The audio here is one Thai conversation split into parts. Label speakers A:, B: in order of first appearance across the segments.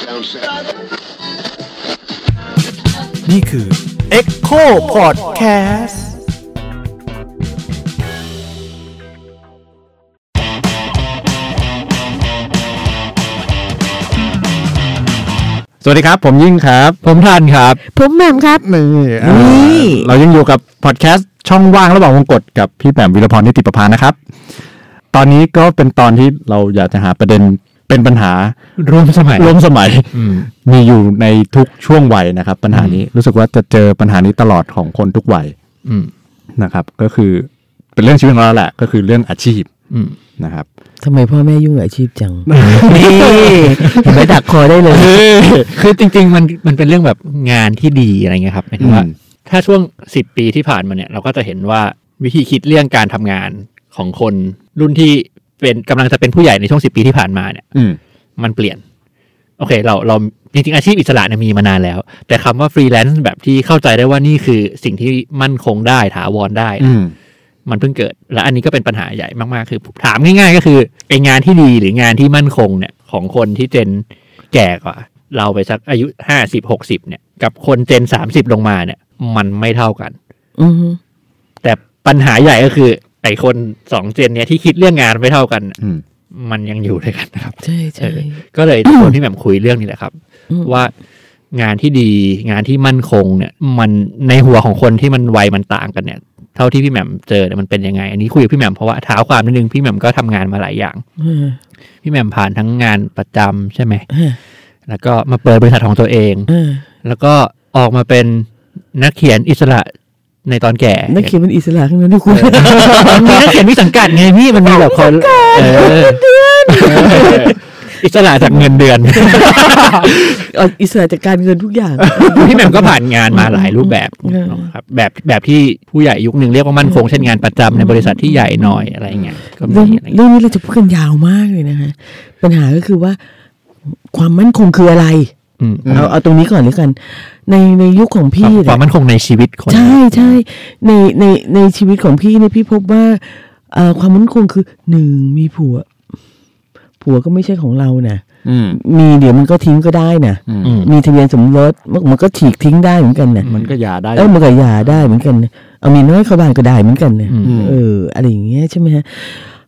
A: Sound set.
B: นี่คือ Echo Podcast
C: สวัสดีครับ ผมยิ่งครับ ผมท่านครับ
D: ผมแหม่มครับ
C: นี่อ่า
D: นี่
C: เรายังอยู่กับพอดแคสต์ช่องว่างระหว่างวงกฏกับพี่แหม่มวิรพรนิติประพานะครับ ตอนนี้ก็เป็นตอนที่เราอยากจะหาประเด็นเป็นปัญหา
E: ร่วมสมัย
C: ร่วมสมัย
E: อืม
C: มีอยู่ในทุกช่วงวัยนะครับ ปัญหานี้รู้สึกว่าจะเจอปัญหานี้ตลอดของคนทุกวัย
E: อืม
C: นะครับ ก็คือเป็นเรื่องชีวิตของเราแหละ ก็คือเรื่องอาชีพ
E: อืม
C: นะครับ
D: ทำไมพ่อแม่ยุ่งกับอาชีพจัง นี่เห็นไหมดักคอได้เลย
E: คือจริง ๆ มันมันเป็นเรื่องแบบงานที่ดีอะไรเงี้ยครับหมายถึงว่า
C: อืม
E: ถ้าช่วงสิบปีที่ผ่านมาเนี่ยเราก็จะเห็นว่าวิธีคิดเรื่องการทำงานของคนรุ่นที่เป็นกำลังจะเป็นผู้ใหญ่ในช่วงสิบปีที่ผ่านมาเนี่ย
C: อืม
E: มันเปลี่ยน โอเค เราเราจริงๆอาชีพอิสระเนี่ยมีมานานแล้ว แต่คำว่าฟรีแลนซ์แบบที่เข้าใจได้ว่านี่คือสิ่งที่มั่นคงได้ถาวรได้
C: อืม
E: มันเพิ่งเกิด และอันนี้ก็เป็นปัญหาใหญ่มากๆ คือ ถามง่ายๆ ก็คือไองานที่ดีหรืองานที่มั่นคงเนี่ย ของคนที่เจนแก่กว่า เราไปสักอายุห้าสิบหกสิบเนี่ย กับคนเจนสามสิบลงมาเนี่ย มันไม่เท่ากัน
D: อือฮึ
E: แต่ปัญหาใหญ่ก็คือ ไอคนสองเจนเนี่ยที่คิดเรื่องงานไม่เท่ากัน
C: อืม
E: มันยังอยู่ด้วยกันนะครับ
D: ใช่ใช่
E: เออ ก็เลยชวนพี่แหม่มคุยเรื่องนี้แหละครับ
D: อืม
E: ว่างานที่ดีงานที่มั่นคงเนี่ย มันในหัวของคนที่มันวัยมันต่างกันเนี่ย เท่าที่พี่แหม่มเจอเนี่ยมันเป็นยังไง อันนี้คุยกับพี่แหม่มเพราะว่าเท้าความนิดนึงพี่แหม่มก็ทำงานมาหลายอย่าง
D: เออ
E: พี่แหม่มผ่านทั้งงานประจำใช่ไหม
D: เออ
E: แล้วก็มาเปิดบริษัทของตัวเอง
D: เออ
E: แล้วก็ออกมาเป็นนักเขียนอิสระในตอนแก่
D: นักเขียนเป็นอิสระขึ้นมาด้วยคุณ
E: มันมีนักเขียนมีสังกัดไงพี่มันมีแบบคนเอออิสระจากเงินเดือน
D: เอาอิสระจากการเงินทุกอย่าง
E: พี่แหม่มก็ผ่านงานมาหลายรูปแบบ
D: อืม
E: นะครับแบบแบบที่ผู้ใหญ่ยุคหนึ่งเรียกว่ามั่นคงเช่นงานประจำในบริษัทที่ใหญ่หน่อยอะไรอย่างเงี้ยก็
D: เรื่อง
E: มีอะไรอย่าง
D: เรื่
E: เงี้ย
D: องนี้เราจะพูดกันยาวมากเลยนะคะปัญหาก็คือว่า ความมั่นคงคืออะไร
E: อืม
D: เอาเอาตรงนี้ก่อนแล้วกัน ในในยุคของพี่
E: ค
D: เนี่
E: วาย มมั่นคงในชีวิตคน
D: ใช่ใช่ในในในชีวิตของพี่เนี่ยพี่พบว่าเอ่อความมั่นคงคือหนึ่งมีผัว ผัวก็ไม่ใช่ของเรานะ
C: อืม
D: มีเดี๋ยวมันก็ทิ้งก็ได้นะ
E: อืม
D: มีทะเบียนสมรสมันมันก็ฉีกทิ้งได้เหมือนกันนะ
C: มันก็หยาได้
D: เออมันก็หย่าได้เหมือนกันนะเอาเมียน้อยเข้าบ้านก็ได้เหมือนกันนะ
E: อืม
D: เอออะไรอย่างเงี้ยใช่ไหมฮะ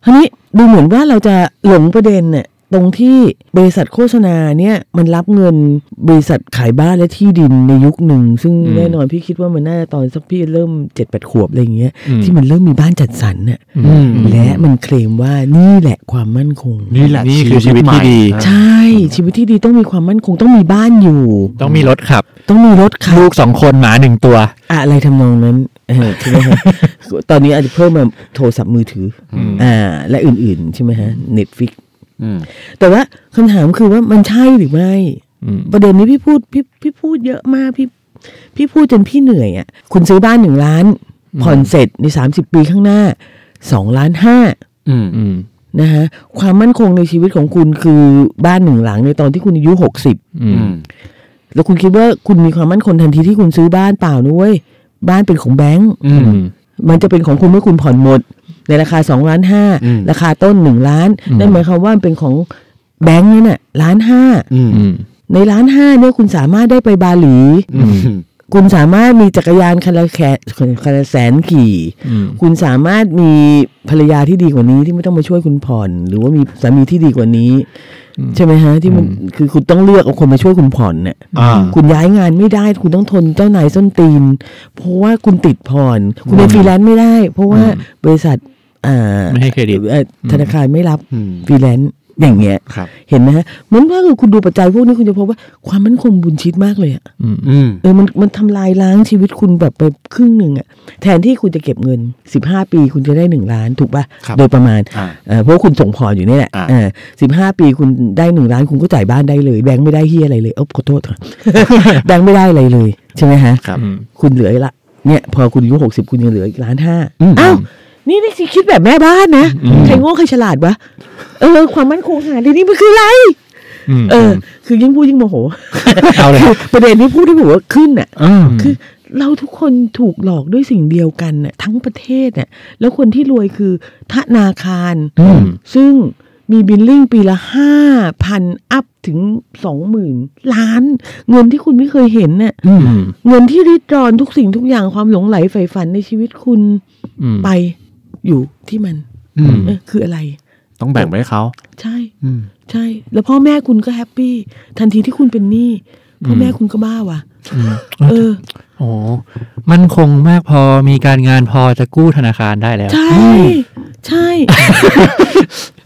D: ทีนี้ดูเหมือนว่าเราจะหลงประเด็นเนี่ยตรงที่บริษัทโฆษณาเนี่ยมันรับเงินบริษัทขายบ้านและที่ดินในยุคหนึ่ง ซึ่ง
E: อืม
D: แน่นอนพี่คิดว่ามันน่าจะตอนสักพี่เริ่มเจ็ดแปดขวบอะไรอย่างเงี้ย
E: อืม
D: ที่มันเริ่มมีบ้านจัดสรรน่ะ
E: อืม
D: และมันเคลมว่านี่แหละความมั่นคง
C: นี่แหละ
E: นี่คือชีวิตที่ดี
C: ใหม่
D: ใช่ชีวิตที่ดีต้องมีความมั่นคงต้องมีบ้านอยู่
E: ต้องมีรถขับ
D: ต้องมีรถขั
E: ลู
D: บ
E: กสองคนหมาหนึ่งตัว
D: อะไรทำนองนั้นเออ ใช่ไหมฮะ ตอนนี้อาจจะเพิ่มมาโทรศัพท์มือถืออ
E: ม
D: อ่า และอื่นๆ ใช่ไหมฮะเน็ตฟิก
C: อืม
D: แต่ว่าคำถามคือว่ามันใช่หรือไม่
E: อืม
D: ประเด็นนี้พี่พูดพี่พี่พูดเยอะมากพี่ พี่พูดจนพี่เหนื่อยอ่ะ คุณซื้อบ้านหนึ่งล้าน ผ่อนเสร็จในสามสิบปีข้างหน้าสองล้านห้า
C: อืม
E: อืม
D: นะฮะความมั่นคงในชีวิตของคุณคือบ้านหนึ่งหลังในตอนที่คุณอายุหกสิบ
E: อืม
C: อืม
D: แล้วคุณคิดว่าคุณมีความมั่นคงทันทีที่คุณซื้อบ้านเปล่านุ้ยบ้านเป็นของแบงก์
C: อืม
E: อืม
D: มันจะเป็นของคุณเมื่อคุณผ่อนหมด ในราคาสองล้านห้า
C: อืม
D: ราคาต้นหนึ่งล้าน
E: อืม
D: นั่นหมายความว่ามันเป็นของแบงก์นั่นน่ะล้านห้า
C: อืม
E: อืม
D: ในล้านห้าเนี่ยคุณสามารถได้ไปบาหลี
C: อืม
D: คุณสามารถมีจักรยานคันละแขนคันละแสนขี่
E: อืม
D: คุณสามารถมีภรรยาที่ดีกว่านี้ที่ไม่ต้องมาช่วยคุณผ่อน หรือว่ามีสามีที่ดีกว่านี้ ใช่ไหมฮะ ที่มันคือคุณต้องเลือกเอาคนมาช่วยคุณผ่อนเนี่ย
C: อ่า
D: คุณย้ายงานไม่ได้ คุณต้องทนเจ้านายส้นตีน เพราะว่าคุณติดผ่อน คุณเป็นฟรีแลนซ์ไม่ได้ เพราะว่าบริษัทอ่า
E: ไม่ให้เครดิต
D: เอ่อธนาคารไม่รับ
C: อืม
D: ฟรีแลนซ์อย่างเงี้ย
C: ครับ
D: เห็นไหมฮะเหมือนว่าคือคุณดูปัจจัยพวกนี้คุณจะพบว่าความมั่นคงบุญชิตมากเลยอะ
E: อืม
C: อืม
D: เออมันมันทำลายล้างชีวิตคุณแบบไปครึ่งหนึ่งอะแทนที่คุณจะเก็บเงิน 15 ปีคุณจะได้ 1 ล้านถูกป่ะ
C: ครับ
D: โดยประมาณ
C: อ่า
D: เออเพราะคุณส่งผ่อนอยู่เนี่ยแหละ
C: อ่า
D: สิบห้าปีคุณได้ 1 ล้านคุณก็จ่ายบ้านได้เลย แบงค์ไม่ได้เฮียอะไรเลยเอ้าขอโทษค่ะ แบงค์ไม่ได้อะไรเลย ใช่ไหมฮะ
C: ครับ
E: อืม
D: คุณเหลือละเนี่ยพอคุณอายุหกสิบคุณยังเหลืออีกล้านห้า
C: อืม
D: อ้าวนี่นี่สิคิดแบบแม่บ้านนะใครโง่ใครฉลาดวะเออความมั่นคงขนาดนี้มันคืออะไร
E: อืม
D: เออ คือยิ่งพูดยิ่งโมโห
E: เอาเลย
D: คือประเด็นที่พูดที่ผมว่าขึ้นอะ
C: อืม
D: คือเราทุกคนถูกหลอกด้วยสิ่งเดียวกันน่ะทั้งประเทศน่ะแล้วคนที่รวยคือทนาคาร
E: อืม
D: ซึ่ง มีบิลลิ่งปีละห้าพันอัพถึงสองหมื่นล้าน เงินที่คุณไม่เคยเห็นเนี่ย
C: อืม
D: เงินที่ริดรอนทุกสิ่งทุกอย่างความหลงไหลใฝ่ฝันในชีวิตคุณ
E: อืม
D: ไปอยู่ที่มัน
C: อืม
D: เออคืออะไร
C: ต้องแบ่งไปให้เขา
D: ใช่
C: อืม
D: ใช่ แล้วพ่อแม่คุณก็แฮปปี้ทันทีที่คุณเป็นหนี้พ่อแม่คุณก็บ้าว่ะ
E: อืม
D: เออ
E: โอ้มันคงมากพอมีการงานพอจะกู้ธนาคารได้แล้ว
D: ใช่ ใช่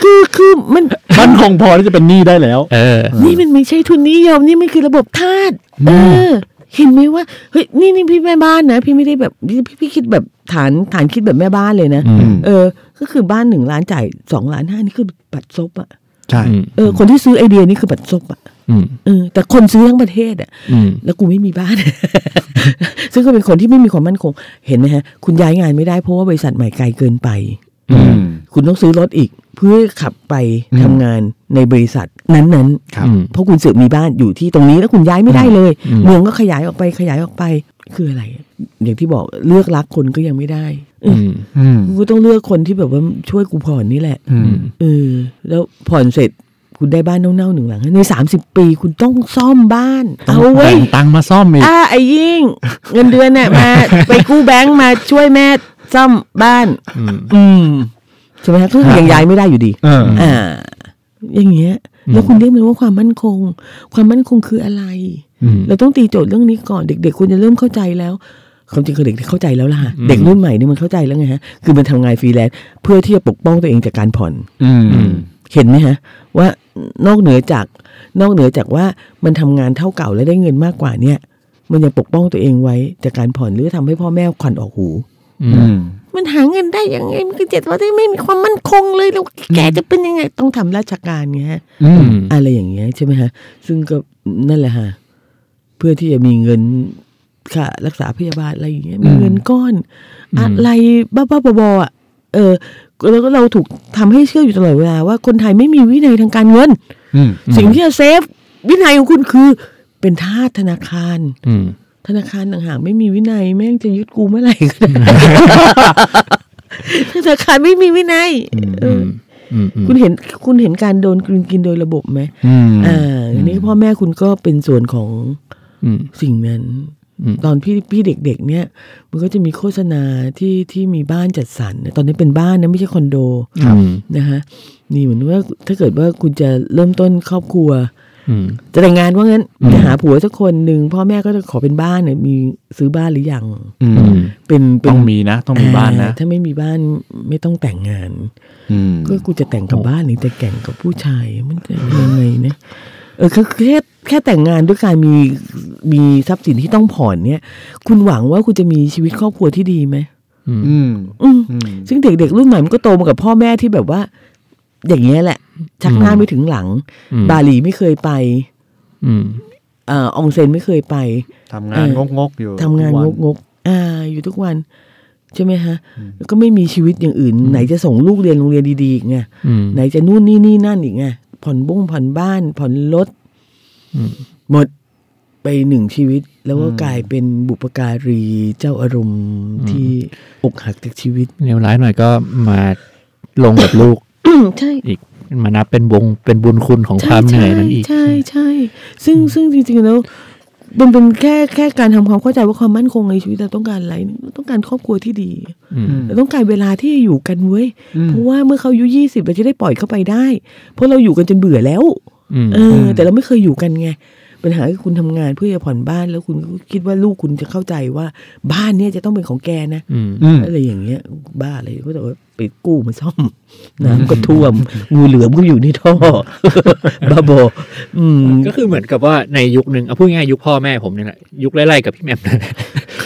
D: คือคือมัน
C: มันคงพอที่จะเป็นหนี้ได้แล้ว
E: เออ
D: นี่มันไม่ใช่ทุนนิยมนี่มันคือระบบทาสเออ เห็นไหมว่าเฮ้ยนี่นี่พี่แม่บ้านนะพี่ไม่ได้แบบพี่พี่คิดแบบฐานฐานคิดแบบแม่บ้านเลยนะ
E: อืม
D: เออ ก็คือบ้านหนึ่งล้านจ่ายสองล้านห้านี่คือบัตรซบอะ
C: ใช่
E: อืม
D: เออคนที่ซื้อไอเดียนี่คือบัตรซบอะ
E: อืม
D: เออแต่คนซื้อทั้งประเทศอะ
E: อืม
D: แล้วกูไม่มีบ้าน ซึ่งก็เป็นคนที่ไม่มีความมั่นคง เห็นไหมฮะ คุณย้ายงานไม่ได้เพราะว่าบริษัทใหม่ไกลเกินไป
C: อืม
D: คุณต้องซื้อรถอีก เพื่อขับไป
C: อืม
D: ทำงานในบริษัทนั้น
C: ครับ
E: อืม
D: ๆ เพราะคุณเสือกมีบ้านอยู่ที่ตรงนี้แล้วคุณย้ายไม่ได้เลย
E: อืม
D: เมืองก็ขยายออกไปขยายออกไป คืออะไร อย่างที่บอกเลือกรักคนก็ยังไม่ได้เอ
E: อื
D: อ
E: ม
C: อืม
D: กูก็ต้องเลือกคนที่แบบว่าช่วยกูผ่อนนี่แหละ
C: อืม
D: เออแล้วผ่อนเสร็จคุณได้บ้านเน่าๆหนึ่งหลังในสามสิบปีคุณต้องซ่อมบ้าน เอาเว้ย
C: แบ่งตังค์มาซ่อมอีก
D: อ่าไอ้ยิ่ง เงินเดือนเนี่ยมา ไปกู้ แบงค์มาช่วยแม่ซ่อมบ้าน
E: อืม
D: อืมใช่ไหมคะก็คือยังย้ายไม่ได้อยู่ดี
C: เออ
D: อ่า อย่างเงี้ย แล้วคุณได้มารู้ว่าความมั่นคง ความมั่นคงคืออะไร
E: อืม
D: เราต้องตีโจทย์เรื่องนี้ก่อนเด็กๆควรจะเริ่มเข้าใจแล้วความจริงคือเด็กๆเข้าใจแล้วล่ะ
E: อืม
D: เด็กรุ่นใหม่เนี่ยมันเข้าใจแล้วไงฮะคือมันทำงานฟรีแลนซ์เพื่อที่จะปกป้องตัวเองจากการผ่อน
C: อืม
D: เห็นไหมฮะ ว่านอกเหนือจากนอกเหนือจากว่ามันทำงานเท่าเก่าและได้เงินมากกว่าเนี่ย มันยังปกป้องตัวเองไว้จากการผ่อนหรือทำให้พ่อแม่ขวัญออกหู
E: อื
C: อื
E: ม
C: ม
D: มันหาเงินได้ยังไงมันก็เจ็ดว่าได้ไม่มีความมั่นคงเลยแล้วแกจะเป็นยังไงต้องทำราชการไงฮะ
C: อืม
D: อะไรอย่างเงี้ยใช่ไหมฮะ ซึ่งก็นั่นแหละฮะเพื่อที่จะมีเงินค่ารักษาพยาบาลอะไรอย่างเงี้ยมีเงินก้อน
E: อืม
D: อะไรบ้าๆบอๆอ่ะเออแล้วก็เราถูกทำให้เชื่ออยู่ตลอดเวลาว่าคนไทยไม่มีวินัยทางการเงิน
C: อืม
D: สิ่งที่จะเซฟวินัยของคุณคือ เป็นทาสธนาคาร
E: อืม
D: ธนาคารต่างหากไม่มีวินัย แม่งจะยึดกูเมื่อไหร่ก็ได้ ธนาคารไม่มีวินัยเอ
E: อื
D: อ
E: ม อืม อืม
D: คุณเห็นคุณเห็นการโดนกลืนกินโดยระบบไหม
C: อืม
D: อ่าอันนี้พ่อแม่คุณก็เป็นส่วนของ
E: อืม
D: สิ่งนั้น
E: อืม
D: ตอนพี่พี่เด็ก ๆ เนี่ย มันก็จะมีโฆษณาที่ที่มีบ้านจัดสรรตอนนี้เป็นบ้านนะไม่ใช่คอนโด
E: อืม
D: นะคะนี่เหมือนว่าถ้าเกิดว่าคุณจะเริ่มต้นครอบครัว
E: อืม
D: จะแต่งงานว่างั้นจะหาผัวสักคนหนึ่งพ่อแม่ก็จะขอเป็นบ้านเนี่ยมีซื้อบ้านหรือยัง
C: อืม
D: เป็นเป็
C: ต้
D: น
C: องมีนะ ต้องมีบ้านนะ
D: อ่ถ้าไม่มีบ้านไม่ต้องแต่งงาน
C: อืม
D: ก็กูจะแต่งกับบ้านหรือแต่แต่งกับผู้ชายมันจะยังไงนะเออคือแค่แค่แต่งงานด้วยการมีมีทรัพย์สินที่ต้องผ่อนเนี่ย คุณหวังว่าคุณจะมีชีวิตครอบครัวที่ดีไหม
E: อืม
C: อืม
D: อืม
C: อืม
D: ซึ่งเด็กๆรุ่นใหม่มันก็โตมากับพ่อแม่ที่แบบว่า อย่างเงี้ยแหละ ชักหน้าไม่ถึงหลัง
E: อืม
D: บาหลีไม่เคยไป
E: อืม
D: เอ่ออองเซนไม่เคยไป
C: ทำงานงกงกๆอยู่
D: ทำงานงกงกๆอ่า อยู่ทุกวัน ใช่ไหมฮะ แล้วก็ไม่มีชีวิตอย่างอื่น ไหนจะส่งลูกเรียนโรงเรียนดีๆอีกไง
E: อืม
D: ไหนจะนู่นนี่นี่นั่นอีกไง ผ่อนบุ้งผ่อนบ้าน ผ่อนรถ
E: อืม
D: หมดไปหนึ่งชีวิต แล้วก็กลายเป็นบุปการีเจ้าอารมณ์ที่อกหักจากชีวิต
E: เลวร้ายหน่อยก็มาลงกับลูก
D: ใช่
E: อีกมานับเป็นวงเป็นบุญคุณของค
D: ใช่
E: วามเหนื่อยนั้นอีก
D: ใช่ใช่ ซึ่งซึ่งจริงๆแล้วมันเป็นแค่แค่การทำความเข้าใจว่าความมั่นคงในชีวิตเราต้องการอะไรต้องการครอบครัวที่ดี
E: อืม
D: เราต้องการเวลาที่อยู่กันเว้ย
C: อืม
D: เพราะว่าเมื่อเขาอายุยี่สิบเราจะได้ปล่อยเข้าไปได้ เพราะเราอยู่กันจนเบื่อแล้ว
E: อืม
D: เออ แต่เราไม่เคยอยู่กันไง ปัญหาคือคุณทำงานเพื่อจะผ่อนบ้านแล้วคุณก็คิดว่าลูกคุณจะเข้าใจว่าบ้านเนี่ยจะต้องเป็นของแกนะ
E: อืม
C: อืม
D: อะไรอย่างเงี้ย บ้าอะไรก็แต่ว่าไปกู้มาซ่อม น้ำก็ท่วม งูเหลือมก็อยู่ใน ท่อ บ้าบออืม
E: ก็คือเหมือนกับว่าในยุคหนึ่งเอาพูดง่ายๆยุคพ่อแม่ผมเนี่ยแหละยุคไล่ๆกับพี่แหมมนั่นแหละ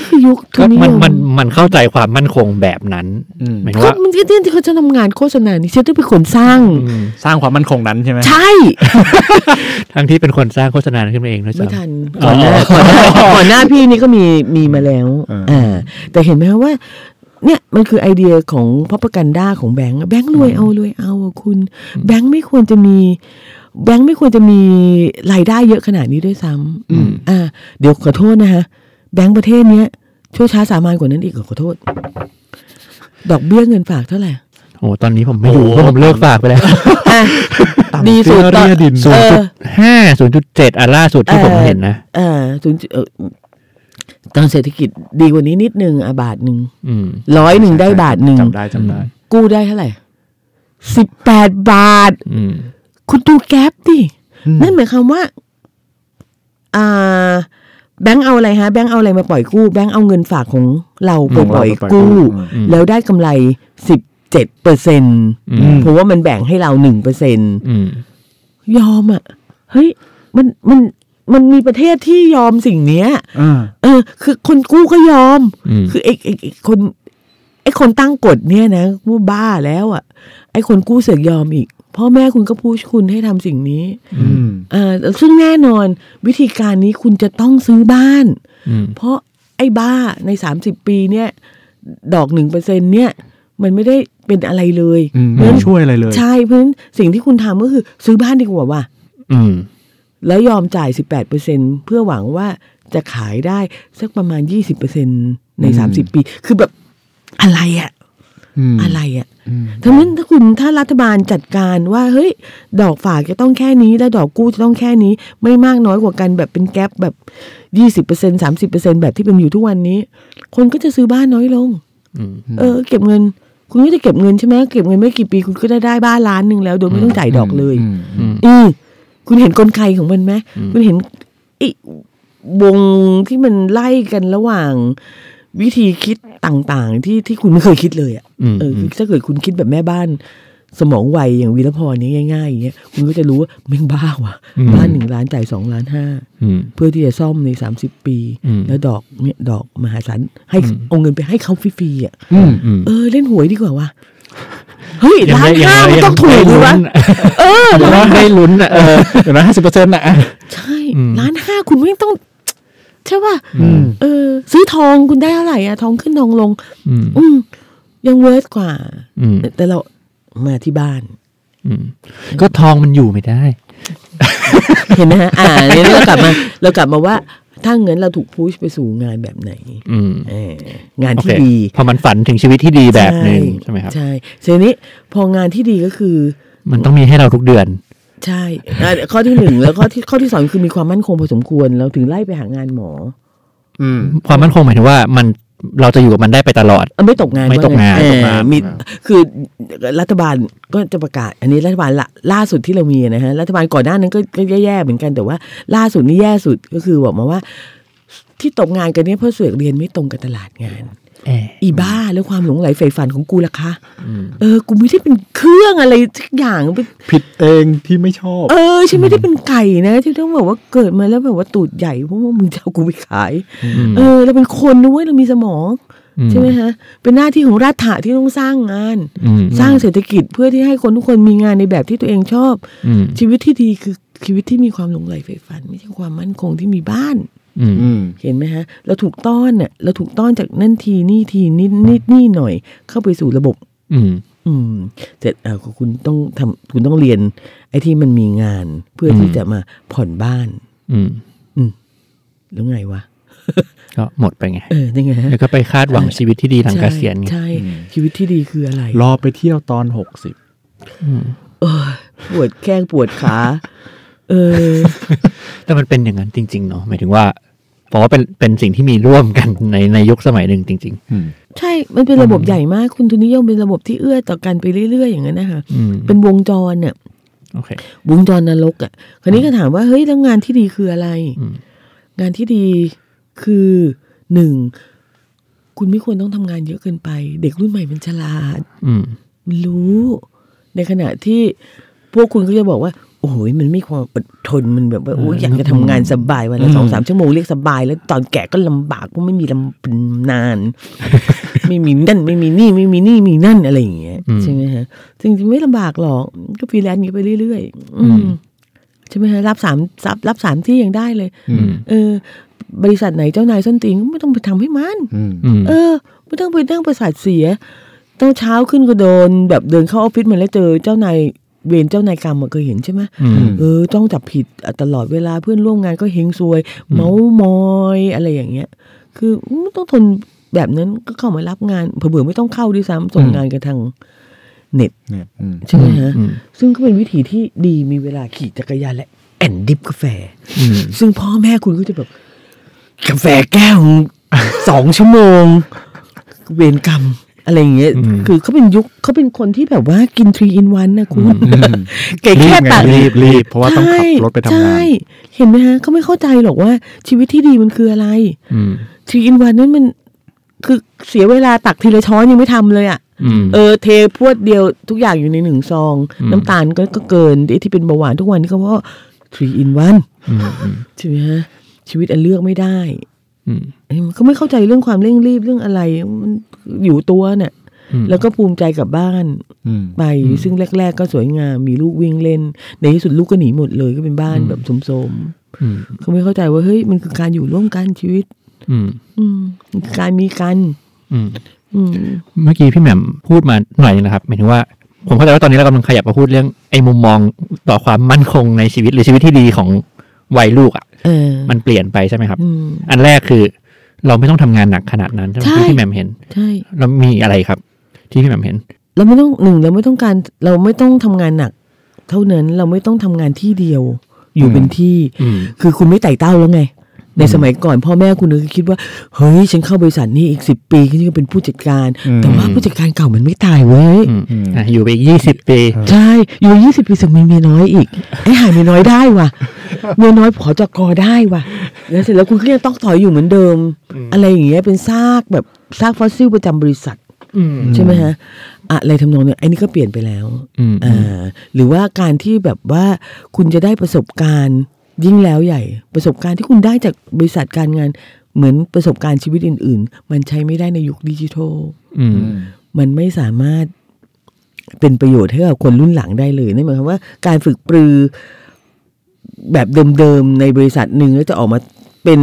D: คือยุคทุ
E: ก็
D: นนิย
E: มัน
D: ม
E: มันมันเข้าใจความมั่นคงแบบนั้น
C: อืม
E: หมายถึง
D: ก็
E: ว่า
D: มันก็เตี้ยที่เขาจะทำงานโฆษณานี่ฉันต้องเป็นคนสร้าง
E: อืม
C: สร้างความมั่นคงนั้นใช่ไหม
D: ใช่
E: ทั้งที่เป็นคนสร้างโฆษณาขึ้นมาเองด้วย
D: ไม่
E: ซ้ำ
D: ทัน
E: อ๋
D: ก่
E: อ
D: อนหน้าก่อนหน้าก่อนหน้าพี่นี่ก็มีมีมาแล้วอ่าแต่เห็นไหมคะว่า เนี่ยมันคือไอเดียของพ r ปกันด้าของแบงค์แบงค์รวยเอารวยเอาอะคุณ แบงค์ไม่ควรจะมี แบงค์ไม่ควรจะมีรายได้เยอะขนาดนี้ด้วยซ้ำอ่า เดี๋ยวขอโทษนะคะแบงค์ประเทศเนี้ยชั่วช้าสามานกว่านั้นอีกเหรอขอโทษ ดอกเบี้ยเงินฝากเท่าไหร่
E: โอ้ตอนนี้ผมไม่รู้
C: โอ้
E: เพราะผมเลิกฝากไปแล้ว
D: อ่ะ
C: ต่ำ
D: ดีสุด
C: เตี้ยเรียดิน
D: เออ
E: ห้าศูนย์จุดเจ็ดอันล่าสุดที่
D: เอ่อ
E: ผมเห็นนะ
D: เออถึงเอ่อตอนเศรษฐกิจดีกว่านี้นิดนึงอะบาทหนึ่ง
E: อืม
D: ร้อยหนึ่งได้บาทหนึ่ง
C: จำได้จำได้
D: กู้ได้เท่าไหร่สิบแปดบาท
E: อืม
D: คุณดูแก๊ปดิ
C: อืม
D: นั่นหมายความว่า อ่า แบงก์เอาอะไรฮะ แบงก์เอาอะไรมาปล่อยกู้ แบงก์เอาเงินฝากของเราไปปล่อยกู้
E: อืม
D: แล้วได้กำไรสิบเจ็ดเปอร์เซ็น
E: อืม
D: เพราะว่ามันแบ่งให้เราหนึ่งเปอร์เซ็น
E: อืม
D: ยอมอ่ะ เฮ้ย มันมันมันมีประเทศที่ยอมสิ่งเนี้ย
C: อ่า
D: เออ คือคนกู้ก็ยอม
E: อืม
D: คือไอ้ไอ้ไอ้คนไอ้คนตั้งกฎเนี่ยนะว่าบ้าแล้วอ่ะ ไอ้คนกู้เสือกยอมอีกพ่อแม่คุณก็พูชคุณให้ทำสิ่งนี้
C: อืม
D: อ่าซึ่งแน่นอนวิธีการนี้คุณจะต้องซื้อบ้าน
E: อืม
D: เพราะไอ้บ้าใน 30 ปีเนี่ย ดอกหนึ่งเปอร์เซ็นเนี่ย มันไม่ได้เป็นอะไรเลย
C: อืมไม่ได้ช่วยอะไรเลย
D: ใช่เพราะฉะนั้นสิ่งที่คุณทำก็คือซื้อบ้านดีกว่าว่ะ
E: อืม
D: แล้วยอมจ่าย 18เปอร์เซ็นเพื่อหวังว่าจะขายได้สักประมาณ 20เปอร์เซ็นใน 30 ปี คือแบบอะไรอะ
C: ม
D: อะไรอะ
C: อืม
D: ทั้งนั้นถ้าคุณถ้ารัฐบาลจัดการว่าเฮ้ย ดอกฝากจะต้องแค่นี้ และดอกกู้จะต้องแค่นี้ ไม่มากน้อยกว่ากันแบบเป็นแกลบแบบยี่สิบเปอร์เซ็นสามสิบเปอร์เซ็นแบบที่เป็นอยู่ทุกวันนี้ คนก็จะซื้อบ้านน้อยลง
E: อืม
D: เออ เก็บเงิน คุณก็จะเก็บเงินใช่ไหมเก็บเงินไม่กี่ปีคุณก็ได้ได้บ้านล้านหนึ่งแล้วโดยไม่ต้องจ่ายดอกเลย
C: ม
E: อืม
D: อืมคุณเห็นกลไกของมันไหมคุณเห็นไอ้วงที่มันไล่กันระหว่าง วิธีคิดต่างๆ ที่ที่คุณไม่เคยคิดเลยอ่ะ
E: อืม
D: เออคือถ้าเกิดคุณคิดแบบแม่บ้าน สมองไวอย่างวีรพรเนี้ยง่ายๆอย่างเงี้ยคุณก็จะรู้ว่าแม่งบ้าว่ะ
E: อืม
D: บ้านหนึ่งล้านจ่ายสองล้านห้า
E: อืม
D: เพื่อที่จะซ่อมในสามสิบปี
E: อืม
D: แล้วดอกเนี่ยดอกมหาศาลให้
E: อืม
D: เอาเงินไปให้เขาฟรีๆอ่ะ
C: อืม
E: อืม
D: เออเล่นหวยดีกว่าว่ะเฮ้ยล้านห้ามัน
E: ยั
D: ต้องถูก
E: ยั
D: ด้
E: ไ
D: วะ
E: ได้ลุ้นอะเออ
C: เดี๋ยวนะห้าสิบเปอร์เซ็นต์นะอ่ะ
D: ใช่
E: อืม
D: ล้านห้าคุณไม่ต้อง ใช่ป่ะ
C: อืม
D: เออ ซื้อทองคุณได้เท่าไหร่อะทองขึ้นทองลง
E: อืม
D: อืมยังเวิร์สกว่า
E: อืม
D: แต่เรามาที่บ้าน
E: อืมก็ทองมันอยู่ไม่ได้
D: เห็นไหมฮะ อ่าเนี่ยเรากลับมา เรากลับมาว่า ถ้าเงินเราถูกพุชไปสู่งานแบบไหน
E: อืม
D: เอองาน
E: โอเค
D: ที่ดี
E: พอมันฝันถึงชีวิตที่ดีแบบหนึ่งใช่ไหมครับ
D: ใช่ทีนี้พองานที่ดีก็คือ
E: มันต้องมีให้เราทุกเดือน
D: ใช่อ่ะข้อที่หนึ่งแล้วข้อที่ข้อที่สองคือมีความมั่นคงพอสมควรเราถึงไล่ไปหางานหมอ
C: อืม
E: ความมั่นคงหมายถึงว่ามันเราจะอยู่กับมันได้ไปตลอด
D: เอาไม่ตกงาน
E: ไม่ตกงาน
D: ว่
C: ไม่ตกงาน
D: เออมี คือรัฐบาลก็จะประกาศ อันนี้รัฐบาลละล่าสุดที่เรามีนะฮะรัฐบาลก่อนหน้านั้นก็ก็แย่ๆเหมือนกันแต่ว่า ล่าสุดนี่แย่สุดก็คือบอกมาว่า ที่ตกงานกันเนี่ยเพราะเสือกเรียนไม่ตรงกับตลาดงาน
E: เออ
D: อีบ้าแล้วความหลงไหลใฝ่ฝันของกูล่ะคะ
E: อืม
D: เออกูไม่ได้เป็นเครื่องอะไรสักอย่างเป็น
C: ผิดเองที่ไม่ชอบ
D: เออฉันไม่ได้เป็นไก่นะที่ต้องแบบว่าเกิดมาแล้วแบบว่าตูดใหญ่เพราะว่ามึงจะเอากูไปขาย
E: ม
D: เออเราเป็นคนนะเว้ยเรามีสมองใช่ไหมฮะ เป็นหน้าที่ของรัฐะที่ต้องสร้างงาน
E: อืม
D: สร้างเศรษฐกิจเพื่อที่ให้คนทุกคนมีงานในแบบที่ตัวเองชอบ
E: อืม
D: ชีวิตที่ดีคือชีวิตที่มีความหลงใหลใฝ่ฝัน ไม่ใช่ความมั่นคงที่มีบ้าน
E: อืม
C: อืม
D: เห็นไหมฮะ เราถูกต้อนน่ะเราถูกต้อนจากนั่นทีนี่ทีนิดนิดนี่หน่อย เข้าไปสู่ระบบ
E: อืม
D: อืมเสร็จอ่าคุณต้องทำคุณต้องเรียน ไอ้ที่มันมีงานเพื่ออ
E: ม
D: ที่จะมาผ่อนบ้าน
E: อืม
D: แล้วไงวะ
E: ก็หมดไปไง
D: เออยังไงฮะ
E: แล้วก็ไปคาดหวังชีวิตที่ดีหลังเกษียณไง
D: ใช่
C: อืม
D: ใช่ ชีวิตที่ดีคืออะไร
C: รอไปเที่ยวตอนหกสิบ
E: อืม
D: เออปวดแข้งปวดขา เออ
E: แต่มันเป็นอย่างนั้นจริง ๆ เนาะหมายถึงว่าเพราะว่าเป็นเป็นสิ่งที่มีร่วมกันในในยุคสมัยหนึ่งจริง
C: อืม
D: ใช่ มันเป็นระบบใหญ่มาก คุณทุนนิยมเป็นระบบที่เอื้อต่อกันไปเรื่อย ๆ อย่างนั้นนะคะ
E: ๆ อืม
D: เป็นวงจรน่ะ
E: โอเค
D: วงจรนรกอ่ะ คราวนี้ก็ถามว่า เฮ้ย แล้วงานที่ดีคืออะไร
E: อืม
D: งานที่ดีคือหนึ่ง คุณไม่ควรต้องทำงานเยอะเกินไป เด็กรุ่นใหม่มันฉลาด
E: อืม
D: มันรู้ ในขณะที่พวกคุณก็จะบอกว่า โอ้ยมันไม่ความอดทนมันแบบว่าโอ้ยอยากจะทำงานสบายวันละสองสามชั่วโมงเรียกสบาย แล้วตอนแก่ก็ลำบากเพราะไม่มีลำเป็นนาน ไม่มีนั่นไม่มีนี่ไม่มีนี่มีนั่นอะไรอย่างเงี้ย
E: อืม
D: ใช่ไหมฮะจริงๆไม่ลำบากหรอกก็ฟรีแลนซ์อย่างนี้ไปเรื่อยๆ อื
E: อื
D: ม
E: ม
D: ใช่ไหมฮะรับสามรับรับสามที่ยังได้เลย
E: อืม
D: เออ บริษัทไหนเจ้านายส้นตีนก็ไม่ต้องไปทำให้มัน
C: อืม
E: อืม
D: เออไม่ต้องไปนั่งประสาทเสียต้องเช้าขึ้นก็โดน แบบเดินเข้าออฟฟิศมาแล้วเจอเจ้านายเวรเจ้านายกรรมอะเคยเห็นใช่ไหม
E: อืม
D: เออต้องจับผิดอะตลอดเวลาเพื่อนร่วมงานก็เฮงซวย
E: อืม
D: เมาส์มอยอะไรอย่างเงี้ย คือไม่ต้องทนแบบนั้นก็เข้ามารับงานเผื่อๆไม่ต้องเข้าด้วยซ้ำส่งงานกันทาง เน็ต
C: เนี่ยอืม
D: ใช่ไหมฮะ
E: อืม
D: ซึ่งก็เป็นวิธีที่ดีมีเวลาขี่จักรยานและแอนดิบกาแฟ
E: อืม
D: ซึ่งพ่อแม่คุณก็จะแบบ กาแฟแก้ว สองชั่วโมง เวรกรรม อะไรอย่างเงี้ย
E: อืม
D: คือเขาเป็นยุคเขาเป็นคนที่แบบว่ากินทรีอินวันนะคุณเก๋
C: รี
D: แค่
C: บไง
D: ตัด
C: รีบรีบเพราะว่าต้องขับ
D: ใช่
C: รถไปทำงา
D: ใช่
C: น
D: เห็นไหมฮะเขาไม่เข้าใจหรอกว่าชีวิตที่ดีมันคืออะไร
E: อืม
D: ทรีอินวันนั้นมัน คือเสียเวลาตักทีละช้อนยังไม่ทำเลยอะ่ะ
E: อืม
D: เออเทพรวดเดียวทุกอย่างอยู่ในหนึ่งซอง
E: อืม
D: น้ำตาลก็ก็เกินไอ้ที่เป็นเบาหวานทุกวันนี่ก็เพราะทรีอินวัน
E: มอืม
D: ใช่ไหมฮะชีวิตอันเลือกไม่ได้
E: อืม
D: เอ้ยมันก็ไม่เข้าใจเรื่องความเร่งรีบเรื่องอะไรมันอยู่ตัวเนี่ย
E: อืม
D: แล้วก็ภูมิใจกลับบ้าน
C: อืม
D: ไป
E: อืม
D: ซึ่งแรก ๆ ก็สวยงาม มีลูกวิ่งเล่น ในที่สุดลูกก็หนีหมดเลยก็เป็นบ้านแบบโสม
E: อืม
D: ๆเขาไม่เข้าใจว่าเฮ้ยมันคือการอยู่ร่วมกันชีวิต
E: อืม
D: อืมมันคือการมีกัน
E: อืม
D: อืม
E: เมื่อกี้พี่แหม่มพูดมาหน่อยนึงนะครับหมายถึงว่า ผมเข้าใจว่าตอนนี้เรากำลังขยับมาพูดเรื่องไอ้มุมมองต่อความมั่นคงในชีวิตหรือชีวิตที่ดีของวัยลูกอะ่ะ
D: เออ
E: มันเปลี่ยนไปใช่ไหมครับ
D: อืม
E: อันแรกคือ เราไม่ต้องทำงานหนักขนาดนั้นใช่ไหม
D: ใช่
E: ที่พี่แหม่มเห็น
D: ใช่
E: แล้วมีอะไรครับ ที่พี่แหม่มเห็น
D: เราไม่ต้องหนึ่งเราไม่ต้องการเราไม่ต้องทำงานหนัก เท่านั้นเราไม่ต้องทำงานที่เดียว อยู่
C: อืม
D: เป็นที่
E: อืม
D: คือคุณไม่ไต่เต้าแล้วไง ในสมัยก่อนพ่อแม่คุณก็คิดว่า เฮ้ย ฉันเข้าบริษัทนี้อีกสิบปีฉันจะเป็นผู้จัดการ
C: อืม
D: แต่ว่าผู้จัดการเก่ามันไม่ตายเว้ย
E: อืมอ่ะอยู่ไปยี่สิบปี
D: ใช่อยู่ยี่สิบปีสักมีเมียน้อยอีกไอ้หาเมียน้อยได้ว่ะ เมียน้อยผอจกอได้ว่ะ แล้วเสร็จแล้วคุณก็ยังต้องต่อยอยู่เหมือนเดิม อะไรอย่างเงี้ยเป็นซากแบบซากฟอสซิลประจำบริษัท
E: อืม
D: ใช่ไหมฮะอะไรทำนองเนี้ยไอ้นี่ก็เปลี่ยนไปแล้ว
E: อืมอืม
D: อ่าหรือว่าการที่แบบว่าคุณจะได้ประสบการณ์ยิ่งแล้วใหญ่ ประสบการณ์ที่คุณได้จากบริษัทการงาน เหมือนประสบการณ์ชีวิตอื่น ๆ มันใช้ไม่ได้ในยุคดิจิทัล
E: อืม
D: มันไม่สามารถเป็นประโยชน์ให้กับคนรุ่นหลังได้เลยนั่นหมายความว่าการฝึกปรือแบบเดิมๆในบริษัทหนึ่งแล้วจะออกมาเป็น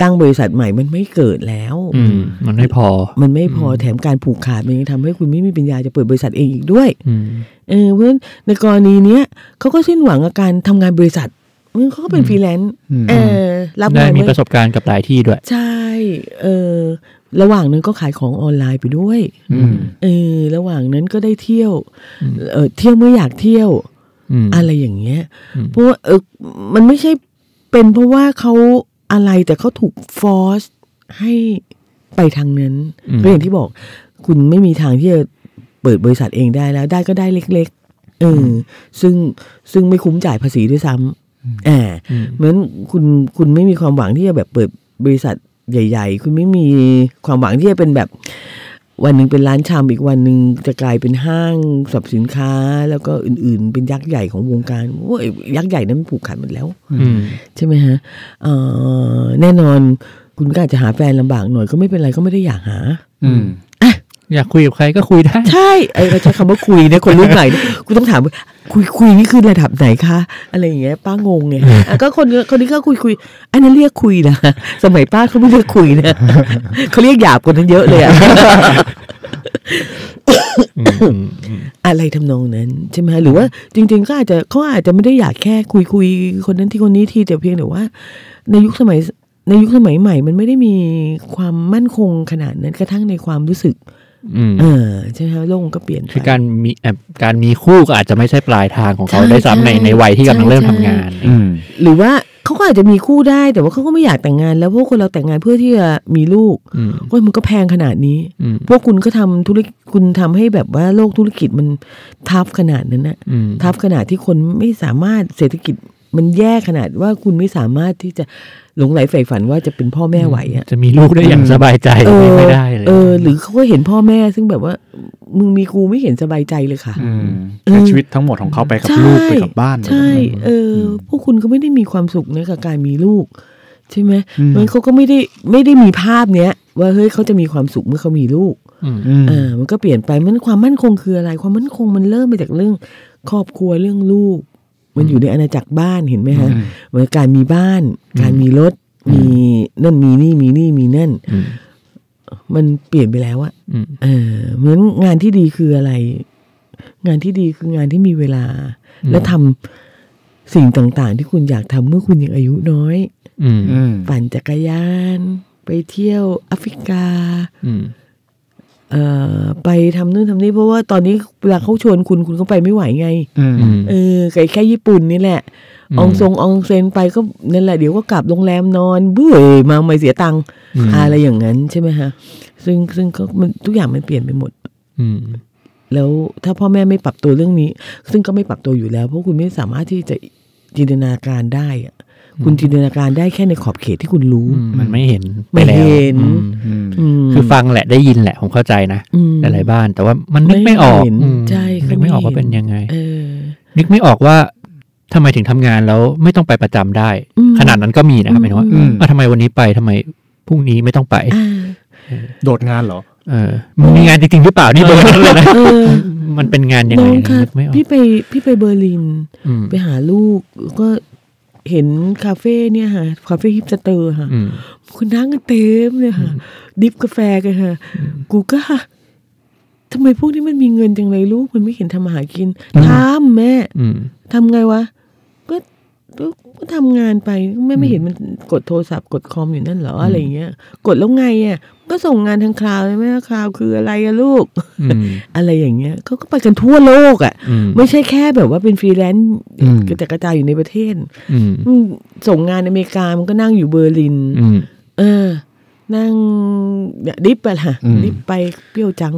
D: ตั้งบริษัทใหม่มันไม่เกิดแล้ว
E: อืม มันไม่พอ
D: มันไม่พอแถมการผูกขาดมันยังทำให้คุณไม่มีปัญญาจะเปิดบริษัทเองอีกด้วย
E: อืม
D: เออเพราะฉะนั้นในกรณีเนี้ยเขาก็สิ้นหวังกับการทำงานบริษัทเพราะฉะนั้นเขาก็เป็นฟรีแลนซ์
C: อืม
D: เออรับ
E: ได้
D: งาน
E: มี
D: ไว้
E: ประสบการณ์กับหลายที่ด้วย
D: ใช่ เออ ระหว่างนั้นก็ขายของออนไลน์ไปด้วย
C: อืม
D: เออระหว่างนั้นก็ได้เที่ยว
E: อืม
D: เออเที่ยวเมื่ออยากเที่ยว
E: อืม
D: อะไรอย่างเงี้ย
E: อืม
D: เพราะว่าเออมันไม่ใช่เป็นเพราะว่าเขาอะไรแต่เขาถูกฟอร์สให้ไปทางนั้นก็อย่างที่บอก คุณไม่มีทางที่จะเปิดบริษัทเองได้แล้ว ได้ก็ได้เล็กๆเออซึ่งซึ่งไม่คุ้มจ่ายภาษีด้วยซ้ำอ่า
E: อืม
D: เหมือนคุณคุณไม่มีความหวังที่จะแบบเปิดบริษัทใหญ่ ๆ คุณไม่มีความหวังที่จะเป็นแบบ วันหนึ่งเป็นร้านชามอีกวันหนึ่งจะกลายเป็นห้างสรรพสินค้า แล้วก็อื่นๆ เป็นยักษ์ใหญ่ของวงการโอ้ยยักษ์ใหญ่นั้นมันผูกขาดหมดแล้ว
E: อืม
D: ใช่ไหมฮะเอ่อแน่นอนคุณก็อาจจะหาแฟนลำบากหน่อยก็ไม่เป็นไรก็ไม่ได้อยากหา
C: อืม
E: อยากคุยกับใครก็คุยได้
D: ใช่ไอ้เราใช้คำว่าคุยเนี่ยคนรุ่นใหม่เนี่ยกูต้องถามว่าคุยคุยนี่คือระดับไหนคะ อะไรอย่างเงี้ย ป้างงไงอ่ะก็คนคนนี้ก็คุยคุยอันนั้นเรียกคุยนะสมัยป้าเขาไม่เรียกคุยนะเขาเรียกหยาบกว่านั้นเยอะเลยอะ
E: อืมอืมอืม
D: อะไรทำนองนั้นใช่ไหมหรือว่าจริง ๆ ก็อาจจะเขาอาจจะไม่ได้อยากแค่คุยคุยคนนั้นที่คนนี้ทีแต่เพียงแต่ว่า ในยุคสมัยในยุคสมัยใหม่ มันไม่ได้มีความมั่นคงขนาดนั้นกระทั่งในความรู้สึก
E: อืม
D: เออใช่ไหมคะโลกมันก็เปลี่ยนไป
E: คือการมีแอบการมีคู่ก็อาจจะไม่ใช่ปลายทางของเขา
D: ใช่
E: ได้ซ้ำใน
D: ใช่
E: ในวัยที่กำลังเริ่ม
D: ใช่
E: ทำงาน
C: อืม
D: หรือว่าเขาก็อาจจะมีคู่ได้แต่ว่าเขาก็ไม่อยากแต่งงาน แล้วพวกคนเราแต่งงานเพื่อที่จะมีลูก
E: อืม
D: โอ้ยมันก็แพงขนาดนี้
E: อืม
D: พวกคุณก็ทำธุรกิจคุณทำให้แบบว่าโลกธุรกิจมันทับขนาดนั้นนะ
E: อืม
D: ทับขนาดที่คนไม่สามารถเศรษฐกิจมันแย่ขนาดว่าคุณไม่สามารถที่จะหลงไหลใฝ่ฝันว่าจะเป็นพ่อแม่ไหวอะ
E: จะมีลูกได้อย่าง
C: อืม
E: สบายใจ
D: เออ
E: ไม่ได้เลย
D: เออ หรือเขาก็เห็นพ่อแม่ซึ่งแบบว่ามึงมีกูไม่เห็นสบายใจเลยค่ะ
C: อืมแต่ชีวิตทั้งหมดของเขาไปกับ
D: ใช่
C: ลูกไปกับบ้าน
D: ใช่ เอออพวกคุณก็ไม่ได้มีความสุขนะกับการมีลูก ใช่ไหม
C: อืม
D: มันเขาก็ไม่ได้ไม่ได้มีภาพเนี้ย ว่าเฮ้ยเขาจะมีความสุขเมื่อเขามีลูก
E: อืม
C: อืม
D: เอ่ามันก็เปลี่ยนไปมันความมั่นคงคืออะไร ความมั่นคงมันเริ่มมาจากเรื่องครอบครัวเรื่องลูก มันอยู่ในอาณาจักรบ้านเห็นไหมฮะ
C: อืม
D: เหมือนการมีบ้าน การมีรถ มีนั่นมีนี่มีนี่มีนั่น
E: อืม
D: มันเปลี่ยนไปแล้วอะ
E: อืม
D: เออเหมือนงานที่ดีคืออะไร งานที่ดีคืองานที่มีเวลา และทำสิ่งต่าง ๆ ที่คุณอยากทำเมื่อคุณยังอายุน้อย
E: อืม
C: อืม
D: ปั่นจักรยาน ไปเที่ยวแอฟริกา
E: อืม
D: เ เอ่อไปทำนู่นทำนี่เพราะว่าตอนนี้เวลาเขาชวนคุณคุณก็ไปไม่ไหวไง
C: อืม
E: ม
D: เออไก่แค่ญี่ปุ่นนี่แหละ
E: อืม
D: อองซงอองเซนไปก็นั่นแหละเดี๋ยวก็กลับโรงแรมนอนเบื่อมาไม่เสียตังค์
E: อืม
D: อะไรอย่างนั้นใช่ไหมฮะ ซึ่งซึ่งก็มันทุกอย่างมันเปลี่ยนไปหมด
E: อืม
D: แล้วถ้าพ่อแม่ไม่ปรับตัวเรื่องนี้ ซึ่งก็ไม่ปรับตัวอยู่แล้ว เพราะคุณไม่สามารถที่จะจินตนาการได้อะคุณจินตนาการได้แค่ในขอบเขตที่คุณรู้
E: อืมมันไม่เห็น
D: ไม่
E: ไป
D: เห็น
E: แล้วอืม
D: อืม
E: คือฟังแหละได้ยินแหละผมเข้าใจนะ
D: ม
E: หลายๆบ้าน แต่ว่ามันนึกไม่ออก
D: ไม่เห็น
E: อืม
D: ใช่เขา
E: นึกไม่ออก
D: ไม่
E: ว่า
D: เห็น
E: เป็นยังไง
D: เออ
E: นึกไม่ออกว่าทำไมถึงทำงานแล้วไม่ต้องไปประจำได้
D: อืม
E: ขนาดนั้นก็มีนะครับหมายถึงว่า
C: อืม
E: อ่ะทำไมวันนี้ไปทำไมพรุ่งนี้ไม่ต้องไป
D: อ่า
C: โดดงานเหรอ
E: เออมึงมีงานจริงๆหรือเปล่านี่เบอร์นั้นเลยนะ
D: เออ
E: มันเป็นงานยัง
D: น้
E: ไง
D: องค่ะ
E: นึกไม่ออก
D: พี่ไปพี่ไปเบอร์ลิน
E: อืม
D: ไปหาลูกก็เห็นคาเฟ่เนี่ยค่ะคาเฟ่ฮิปสเตอร์ค่ะ
E: อืม
D: คนนั่งกันเต็มเลยค่ะ ดิบกาแฟกันค่ะ กูก็ค่ะทำไมพวกนี้มันมีเงินจังเลยลูก มันไม่เห็นทำอาหารกิน
E: อืม
D: ทำแม่
E: อืม
D: ทำไงวะ ก็ก็ก็ทำงานไปไม่ไม่เห็นมันกดโทรศัพท์กดคอมอยู่นั่นเหรออะไรอย่างเงี้ย กดแล้วไงอ่ะก็ส่งงานทางคลาวด์ใช่ไหมคลาวด์คืออะไรอะลูก
E: อืม
D: อะไรอย่างเงี้ยเขาก็ไปกันทั่วโลกอ่ะ
E: อืม
D: ไม่ใช่แค่แบบว่าเป็นฟรีแลนซ์
C: อืม
D: กระจัดกระจายอยู่ในประเทศ
E: อืม
D: อืมส่งงานอเมริกามันก็นั่งอยู่เบอร์ลิน
E: อืม
D: เออ นั่งเนี่ยดิฟไปล่ะ
C: อืม
D: ดิฟไปเปรี้ยวจัง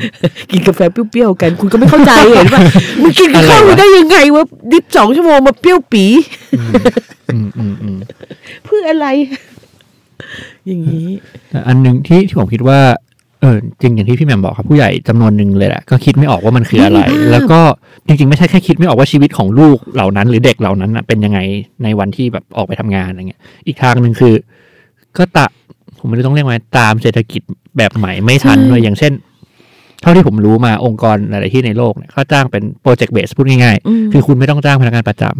D: กินกาแฟเปรี้ยวๆกัน คุณก็ไม่เข้าใจ เห็นป่ะ มึงกินข้าวมาได้ยังไงวะดิฟสองชั่วโมงมาเปรี้ยวปี
E: อืมอืมอืม
D: เพื่ออะไร อย่างนี้
E: แต่อันหนึ่งที่ที่ผมคิดว่า เออจริงอย่างที่พี่แหม่มบอกครับผู้ใหญ่จำนวนหนึ่งเลยแหละก็คิดไม่ออกว่ามันคืออะไร
D: ไม่มีภาพ
E: แล้วก็จริง ๆ ไม่ใช่แค่คิดไม่ออกว่าชีวิตของลูกเหล่านั้น หรือเด็กเหล่านั้นน่ะเป็นยังไงในวันที่แบบออกไปทำงานอะไรเงี้ย อีกทางหนึ่งคือ ก็ตะผมไม่รู้ต้องเรียกว่าไงตามเศรษฐกิจแบบใหม่ไม่ทันเลยอย่างเช่น เท่าที่ผมรู้มาองค์กรหลายๆที่ในโลกเนี่ยเขาจ้างเป็นโปรเจกต์เบสพูดง่าย
D: อืม
E: ๆ คือคุณไม่ต้องจ้างพนักงานประจำ
D: ม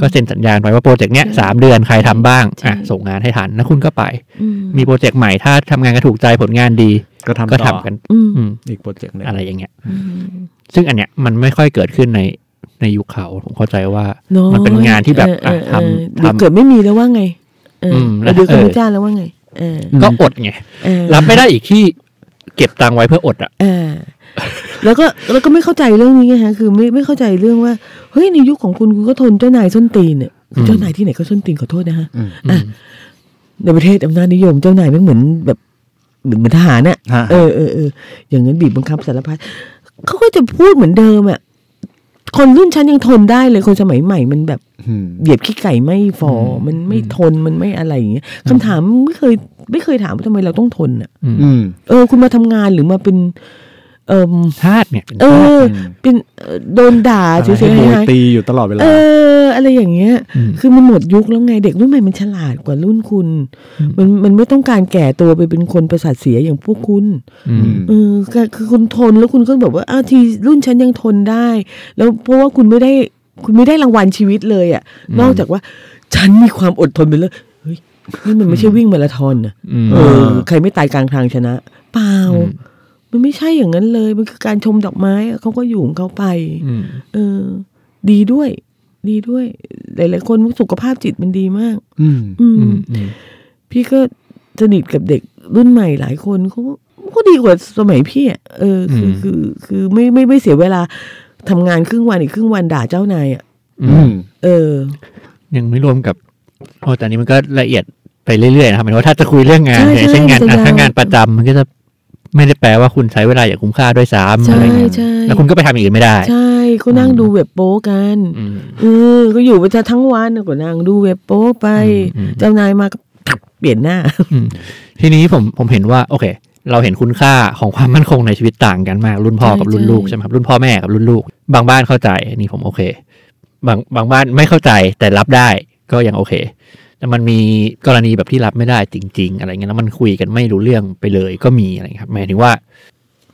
E: ก็เซ็นสัญญาณไว้ว่าโปรเจกต์เนี้ยสามเดือนใครทำบ้าง
D: ใช่
E: อ่ะส่งงานให้ทันแล้วคุณก็ไป
D: อื
E: มีโปรเจกต์ใหม่ถ้าทำงานก็ถูกใจผลงานดี
C: ก็ทำ
E: ก็
C: ต่
E: ทำ
C: อ
E: กัน
D: อืม
E: อืม
C: อีกโปรเจกต์หนึง
E: อะไรอย่างเงี้ย
D: อืม
E: ซึ่งอันเนี้ยมันไม่ค่อยเกิดขึ้นในในยุคเขาผมเข้าใจว่า
D: อย
E: มันเป็นงานที่แบบ
D: เออเออ
E: อ่ะทำ
D: เออ
E: ทำ
D: เดี๋ยวเกิดไม่มีแล้วว่าไงเอออ
E: ม
D: เอ
E: แล้
D: อ
E: ว
D: เดี๋ยวคุณ
E: เออ
D: ไม่จ้างแล้วว่าไง เออ
E: ก็อดไง
D: เออ
E: รับไม่ได้อีกที่เก็บตังค์ไว้เพื่ออดอ่ะ
D: เออแล้วก็แล้วก็ไม่เข้าใจเรื่องนี้ไงฮะคือไม่ไม่เข้าใจเรื่องว่าเฮ้ยในยุคของคุณคุณก็ทนเจ้านายส้นตีนเนี่ย
E: อืม
D: เจ้านายที่ไหนก็ส้นตีนขอโทษนะฮะ
C: อืม
E: อืม
D: ในประเทศอำนาจนิยมเจ้านายแม่งเหมือนแบบเหมือนเหมือนทหารน่ะ
C: ฮะ
D: เออเออเอออย่างนั้นบีบบังคับสารพัดเขาก็จะพูดเหมือนเดิมอ่ะคนรุ่นฉันยังทนได้เลยคนสมัยใหม่มันแบบ
C: อืม
D: เหยียบขี้ไก่ไม่ฟอมันไม่ทนมันไม่อะไรอย่างเงี้ยคำถามไม่เคย ไม่เคยถามว่าทำไมเราต้องทนอ่ะ
E: อืม
C: อืม
D: เออ คุณมาทำงานหรือมาเป็น เออ
E: ธาตุเนี่ยป็น
D: เอ
E: ธาตุ
D: อ
C: อืม
D: เป็นเอ่อโดนด่าเฉย
C: ให้
D: ๆ
C: โดย
D: หาย
C: ตีอยู่ตลอดเว
D: ๆ
C: ลา
D: เออ อะไรอย่างเงี้ย
E: ม
D: คือมันหมดยุคแล้วไงเด็กรุ่นใหม่มันฉลาดกว่ารุ่นคุณ
E: อืม
D: มันมันไม่ต้องการแก่ตัวไปเป็นคนประสาทเสียอย่างพวกคุณ
E: อืม
D: เออก็คือคุณทนแล้วคุณก็แบบว่าอ้าวทีรุ่นฉันยังทนได้ แล้วเพราะว่าคุณไม่ได้คุณไม่ได้รางวัลชีวิตเลยอะ่ะ
E: อืม
D: นอกจากว่า ฉันมีความอดทนไปเลยเฮ้ยนี่มันไม่ใช่วิ่งมาราธอนนะ
E: อืม
D: เอ
C: ม
D: อ ใครไม่ตายกลางทางชนะ เปล่า มันไม่ใช่อย่างนั้นเลย มันคือการชมดอกไม้อะเขาก็อยู่ของเขาไป
E: อืม
D: เออ ดีด้วย ดีด้วย หลาย ๆ คนสุขภาพจิตมันดีมาก
C: อืม
D: อื
E: อื
D: ม
E: มอืม
D: พี่ก็สนิทกับเด็กรุ่นใหม่หลายคนเขาก็ก็ดีกว่าสมัยพี่อะเออคืออคือคือไม่ไม่ไม่เสียเวลาทำงานครึ่งวันอีกครึ่งวันด่าเจ้านายอ่ะ
E: อื
C: อื
E: ม
C: ม
D: เออ
E: ยังไม่รวมกับโอ้แต่อันนี้มันก็ละเอียดไปเรื่อยๆนะครับหมายถึงว่าถ้าจะคุยเรื่องงาน
D: ใช่
E: เนี่ยเช่นงาน
D: ใช่
E: อ่ะ
D: ใช่
E: ถ้างานประจำมันก็จะไม่ได้แปลว่าคุณใช้เวลาอย่างคุ้มค่าด้วยซ้ำอะ
D: ใช่
E: ไรเงี้ย
D: ใช่
E: แล้วคุณก็ไปทำอย่างอื่นไม่ได้
D: ใช่ก็นั่งดูเว็บโป๊กัน
E: อืม
D: เออก็อยู่ไปซะทั้งวันก็นั่งดูเว็บโป๊ไป
E: อืมอืม
D: เจ้านายมาก็เปลี่ยนหน้า
E: อืมทีนี้ผมผมเห็นว่า โอเค เราเห็นคุณค่าของความมั่นคงในชีวิตต่างกันมาก รุ่นพ่อกับ
D: ใช่
E: รุ่นลูก
D: ใช่
E: ใช่ไหมครับรุ่นพ่อแม่กับรุ่นลูก บางบ้านเข้าใจอันนี่ผมโอเค บางบางบ้านไม่เข้าใจแต่รับได้ก็ยังโอเค แต่มันมีกรณีแบบที่รับไม่ได้จริง ๆ อะไรเงี้ยแล้วมันคุยกันไม่รู้เรื่องไปเลยก็มีอะไรเงี้ยครับหมายถึงว่า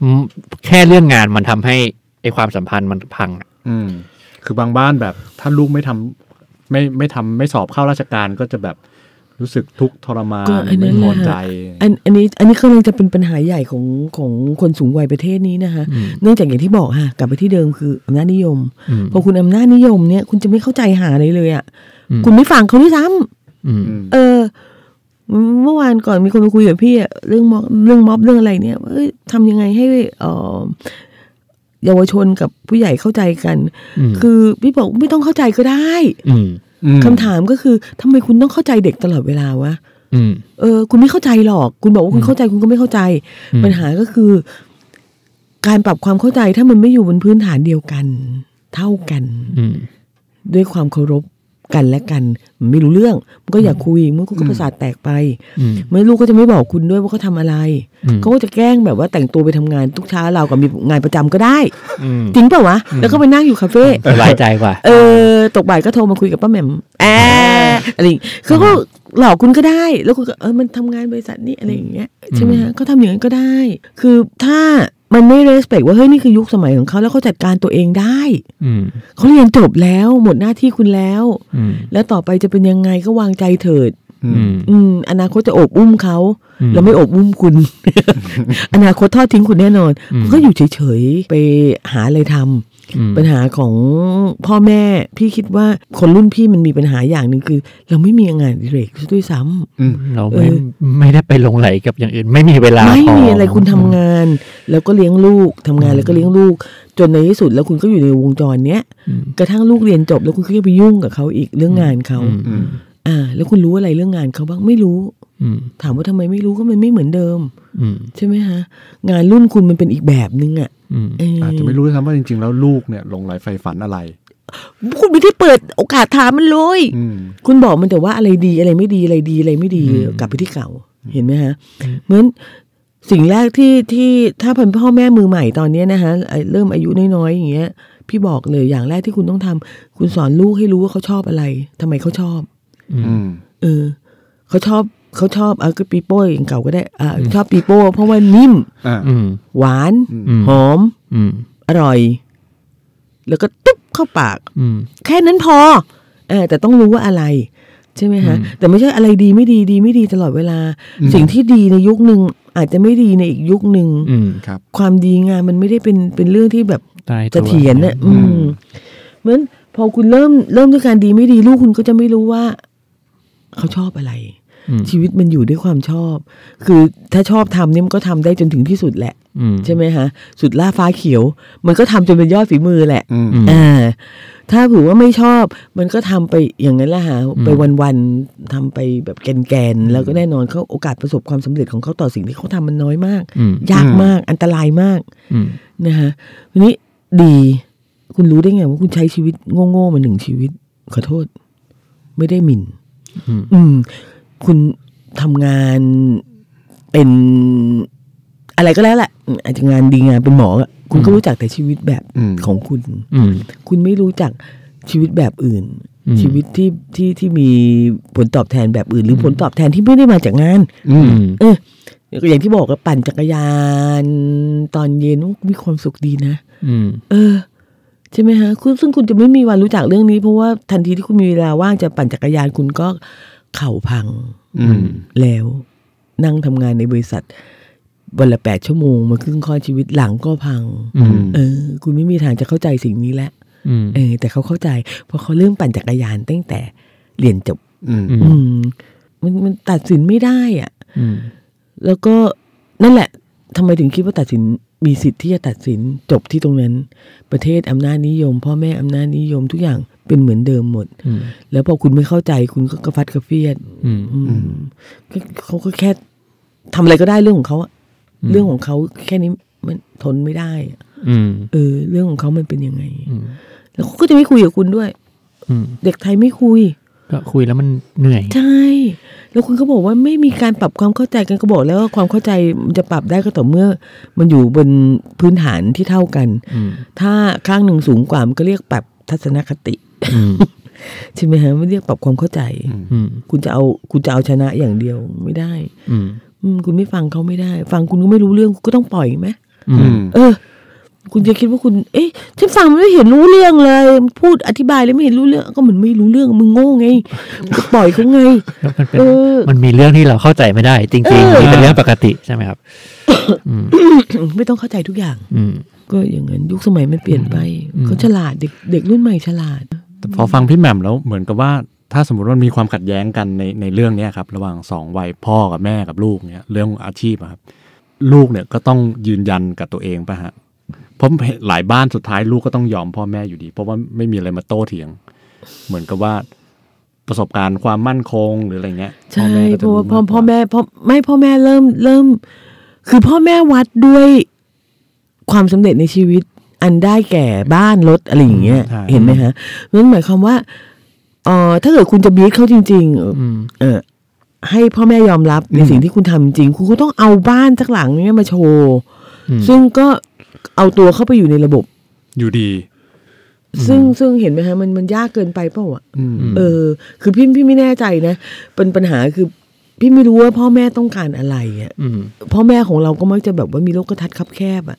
E: อืมแค่เรื่องงานมันทำให้ไอความสัมพันธ์มันพังอะ
C: อืม คือบางบ้านแบบ ถ้าลูกไม่ทำไม่ไม่ทำไม่สอบเข้าราชการก็จะแบบรู้สึกทุกข์ทรมาน
D: ก็อันนั้
C: ไม่
D: น
C: พ
D: แห
C: อ
D: ละ
C: ใจ
D: อันอันนี้อันนี้กำลังจะเป็นปัญหาใหญ่ของของคนสูงวัยประเทศนี้นะคะเนื่องจากอย่างที่บอกค่ะกลับไปที่เดิมคืออำนาจนิยม
E: อืม
D: พอคุณอำนาจนิยมเนี่ย คุณจะไม่เข้าใจหาอะไรเลยอะ่ะ
E: อืม
D: คุณไม่ฟังเขาด้วยซ้
E: อืม
D: ำเออ เมื่อวาน านก่อนมีคนมาคุยกับพี่อะเรื่องม็อบเรื่องม็อบเรื่องอะไรเนี่ยว่าเอ้ยทำยังไงให้เอ่อเยาวชนกับผู้ใหญ่เข้าใจกัน
E: อืม
D: คือพี่บอกไม่ต้องเข้าใจก็ได้
E: อืม
C: อืม
D: คำถามก็คือทำไมคุณต้องเข้าใจเด็กตลอดเวลาวะ
E: อืม
D: เออ คุณไม่เข้าใจหรอก คุณบอกว่าคุณ
E: อืม
D: เข้าใจคุณก็ไม่เข้าใจ
E: อืม
D: ปัญหาก็คือ การปรับความเข้าใจถ้ามันไม่อยู่บนพื้นฐานเดียวกัน เท่ากัน
E: อืม
D: ด้วยความเคารพกันและกันมันไม่รู้เรื่อง มันก็อยากคุยมันก็ก็ประสาทแตกไป
E: อืม
D: เมื่อลูกก็จะไม่บอกคุณด้วยว่าเขาทำอะไร
E: อืม
D: เขาก็จะแกล้งแบบว่าแต่งตัวไปทำงานทุกเช้าเรากับมีงานประจำก็ได้
E: อืม
D: จริงเปล่าวะ แล้วก็ไปนั่งอยู่คาเฟ่
E: สบายใจกว่า
D: เออ ตกบ่ายก็โทรมาคุยกับป้าแหม่มแอะอะไรอย่างงี้เขาก็หลอกคุณก็ได้ แล้วคุณก็เออมันทำงานบริษัทนี่อะไรอย่างเงี้ยใช่ไหมฮะเขาทำอย่างนั้นก็ได้ คือถ้ามันไม่เรสเพคว่าเฮ้ยนี่คือยุคสมัยของเขาแล้วเขาจัดการตัวเองได้
E: อืม
D: เขาเรียนจบแล้วหมดหน้าที่คุณแล้ว
E: อืม
D: แล้วต่อไปจะเป็นยังไงก็วางใจเถิด
E: อืม
D: อืม อนาคตจะโอบอุ้มเขา
E: อืม
D: เราไม่โอบอุ้มคุณ อนาคตทอดทิ้งคุณแน่นอน
E: อืม
D: คุณก็อยู่เฉยๆ ไปหาอะไรทำ
E: อืม
D: ปัญหาของพ่อแม่ พี่คิดว่าคนรุ่นพี่มันมีปัญหาอย่างหนึ่งคือ เราไม่มีงานอดิเรกซะด้วยซ้ำ
E: เราไม่
D: เออ
E: ไม่ได้ไปลงไหลกับอย่างอื่น ไม่มีเวลา
D: ไม่
E: พ
D: มีอะไรคุณทำ
E: น
D: งาน แล้วก็เลี้ยงลูกทำงานแล้วก็เลี้ยงลูก จนในที่สุดแล้วคุณก็อยู่ในวงจรเนี้ย
E: อืม
D: กระทั่งลูกเรียนจบแล้วคุณก็ยังไปยุ่งกับเขาอีกเรื่องงานเขา
E: อืม
C: อืม
D: อ่าแล้วคุณรู้อะไรเรื่องงานเขาบ้างไม่รู้
E: อืม
D: ถามว่าทำไมไม่รู้ก็มันไม่เหมือนเดิม
E: อืม
D: ใช่ไหมฮะ งานรุ่นคุณมันเป็นอีกแบบนึงอ่ะ
E: อืม
D: เอออ
C: อาจจะไม่รู้ด้วยซ้ำว่าจริงๆ แล้วลูกเนี่ยหลงไหลไฟฝันอะไร
D: คุณไม่ได้เปิดโอกาสถามมันเลย
C: อืม
D: คุณบอกมันแต่ว่าอะไรดีอะไรไม่ดีอะไรดีอะไรไม่ดี
E: อืม
D: กลับไปที่เก่า เห็นไหมฮะ
E: อืม
D: เหมือนสิ่งแรกที่ที่ถ้าเป็นพ่อแม่มือใหม่ตอนเนี้ยนะฮะไอ้เริ่มอายุน้อยๆอย่างเงี้ย พี่บอกเลยอย่างแรกที่คุณต้องทำคุณสอนลูกให้รู้ว่าเขาชอบอะไรทำไมเขาชอบ
E: อื
C: อื
E: ม
C: ม
D: เออเขาชอบเขาชอบเอาก็ปีโป้อย่างเก่าก็ได้อ่าชอบปีโป้เพราะว่านิ่ม
C: อ่า
E: อืม
D: หวาน
E: อืม
D: หอม
E: อืม
D: อร่อย แล้วก็ตุ๊บเข้าปาก
E: อืม
D: แค่นั้นพอเออแต่ต้องรู้ว่าอะไร ใช่ไหมฮะ
E: อืม
D: แต่ไม่ใช่อะไรดีไม่ดีดีไม่ดีตลอดเวลา
C: อืม
D: สิ่งที่ดีในยุคหนึ่งอาจจะไม่ดีในอีกยุคหนึ่ง
E: อืม
C: ครับ
D: ความดีงามมันไม่ได้เป็นเป็นเรื่องที่แบบ
E: ตายตัว
D: เสถียรเนี่ยอื
C: อื
D: ม
C: ม
D: เหมือนพอคุณเริ่มเริ่มด้วยการดีไม่ดีลูกคุณก็จะไม่รู้ว่า เขาชอบอะไร
E: อืม
D: ชีวิตมันอยู่ด้วยความชอบ คือถ้าชอบทำเนี่ยมันก็ทำได้จนถึงที่สุดแหละ
E: อืม
D: ใช่ไหมฮะ สุดล่าฟ้าเขียว มันก็ทำจนเป็นยอดฝีมือแหละ
C: อืม
E: อืม
D: อ่าถ้าผือว่าไม่ชอบ มันก็ทำไปอย่างนั้นแหละฮะไปวันๆทำไปแบบแกนๆแล้วก็แน่นอนเขาโอกาสประสบความสำเร็จของเขาต่อสิ่งที่เขาทำมันน้อยมาก
E: อืม
D: ยาก
C: อืม
D: มากอันตรายมาก
E: อืม
D: นะคะวันนี้ดีคุณรู้ได้ไงว่าคุณใช้ชีวิตโง่ๆมาหนึ่งชีวิต ขอโทษ ไม่ได้หมิ่น
E: อืม
D: อืม คุณทำงานเป็นอะไรก็แล้วแหละอืมอาจจะงานดีงานเป็นหมออะคุณก็รู้จักแต่ชีวิตแบบ
C: อืม
D: ของคุณ
E: อืม
D: คุณไม่รู้จักชีวิตแบบอื่น
E: อืม
D: ชีวิตที่ที่ที่มีผลตอบแทนแบบอื่น หรือผลตอบแทนที่ไม่ได้มาจากงาน
C: อื
E: อื
C: ม
E: ม
D: เอออย่างที่บอกว่าปั่นจักรยาน ตอนเย็นมีความสุขดีนะ
E: อืม
D: เออ ใช่ไหมฮะคุณซึ่งคุณจะไม่มีวันรู้จักเรื่องนี้ เพราะว่าทันทีที่คุณมีเวลาว่างจะปั่นจักรยานคุณก็เข่าพัง
C: อืม
D: แล้วนั่งทำงานในบริษัท วันละแปดชั่วโมงมาครึ่งข้อนชีวิตหลังก็พัง
E: อืม
D: เออ คุณไม่มีทางจะเข้าใจสิ่งนี้แล้ว
E: อืม
D: เออ แต่เขาเข้าใจ เพราะเขาเริ่มปั่นจักรยานตั้งแต่เรียนจบ
C: อืม
E: อืม
D: อืม มันมันตัดสินไม่ได้อะ
E: อืม
D: แล้วก็นั่นแหละทำไมถึงคิดว่าตัดสินมีสิทธิ์ที่จะตัดสินจบที่ตรงนั้น ประเทศอำนาจนิยม พ่อแม่อำนาจนิยมทุกอย่างเป็นเหมือนเดิมหมด
E: อืม
D: แล้วพอคุณไม่เข้าใจคุณก็กระฟัดกระเฟียด
E: อืม
D: อืมก็เขาก็แค่ทำอะไรก็ได้เรื่องของเขาอะ
E: อืม
D: เรื่องของเขาแค่นี้มันทนไม่ได้อะ
E: อืม
D: เออ เรื่องของเขามันเป็นยังไง
E: อืม
D: แล้วเขาก็จะไม่คุยกับคุณด้วย
E: อืม
D: เด็กไทยไม่คุย
E: ก็คุยแล้วมันเหนื่อย
D: ใช่ แล้วคุณก็บอกว่าไม่มีการปรับความเข้าใจกันก็บอกแล้วว่าความเข้าใจมันจะปรับได้ก็ต่อเมื่อ มันอยู่บนพื้นฐานที่เท่ากัน
E: อืม
D: ถ้าข้างหนึ่งสูงกว่ามันก็เรียกปรับทัศนคติ
E: อืม
D: ใช่ไหมฮะไม่เรียกปรับความเข้าใจ
E: อืม
D: คุณจะเอาคุณจะเอาชนะอย่างเดียวไม่ได้
E: อืม
D: อืมคุณไม่ฟังเขาไม่ได้ ฟังคุณก็ไม่รู้เรื่องคุณก็ต้องปล่อยไหม
E: อื
C: อื
E: ม
C: ม
D: เออ คุณจะคิดว่าคุณ เอ๊ะฉันฟังมันไม่เห็นรู้เรื่องเลย พูดอธิบายแล้วไม่เห็นรู้เรื่อง ก็เหมือนไม่รู้เรื่องมึงโง่ไงก็ปล่อยเขาไง
E: แล้วมันเป็น
D: เออ
E: มันมีเรื่องที่เราเข้าใจไม่ได้ จริงๆนี่เป็นเรื่องปกติใช่ไหมครับ อืม
D: ไม่ต้องเข้าใจทุกอย่าง
E: อืม
D: ก็อย่างนั้นยุคสมัยมันเปลี่ยนไป
E: อืม
D: เขาฉลาดเด็กเด็กรุ่นใหม่ฉลาด
C: พอฟังพี่แหม่มแล้วเหมือนกับว่า ถ้าสมมติว่ามันมีความขัดแย้งกันในในเรื่องเนี้ยครับ ระหว่างสองวัยพ่อกับแม่กับลูกเนี่ยเรื่องอาชีพอะครับ ลูกเนี่ยก็ต้องยืนยันกับตัวเองปะฮะเพราะหลายบ้านสุดท้ายลูกก็ต้องยอมพ่อแม่อยู่ดี เพราะว่าไม่มีอะไรมาโต้เถียง เหมือนกับว่าประสบการณ์ความมั่นคงหรืออะไรเงี้ย
D: ใช่
C: พ่อแม่ก็จะ
D: เพราะว่าพ่
C: า
D: อ
C: กก
D: พ่อแม่พ่อไม่พ่อแม่เริ่มเริ่ม คือพ่อแม่วัดด้วยความสำเร็จในชีวิต อันได้แก่บ้านรถอะไรอย่างเงี้ย
C: ใช่
D: เห็นไหมฮะนั่นหมายความว่าเออถ้าเกิดคุณจะบีทเขาจริง ๆ เออ
E: อืม
D: เออให้พ่อแม่ยอมรับในสิ่งที่คุณทำจริง คุณก็ต้องเอาบ้านสักหลังเนี้ยมาโชว์
E: อืม
D: ซึ่งก็เอาตัวเข้าไปอยู่ในระบบ
C: อยู่ดี
D: ซึ่งซึ่งเห็นไหมฮะมันมันยากเกินไปเปล่าอ่ะ
C: อืม
D: เออ คือพี่พี่ไม่แน่ใจนะเป็นปัญหาคือพี่ไม่รู้ว่าพ่อแม่ต้องการอะไรอ่ะ
E: อืม
D: พ่อแม่ของเราก็มักจะแบบว่ามีโลกกระทัดคับแคบอ่ะ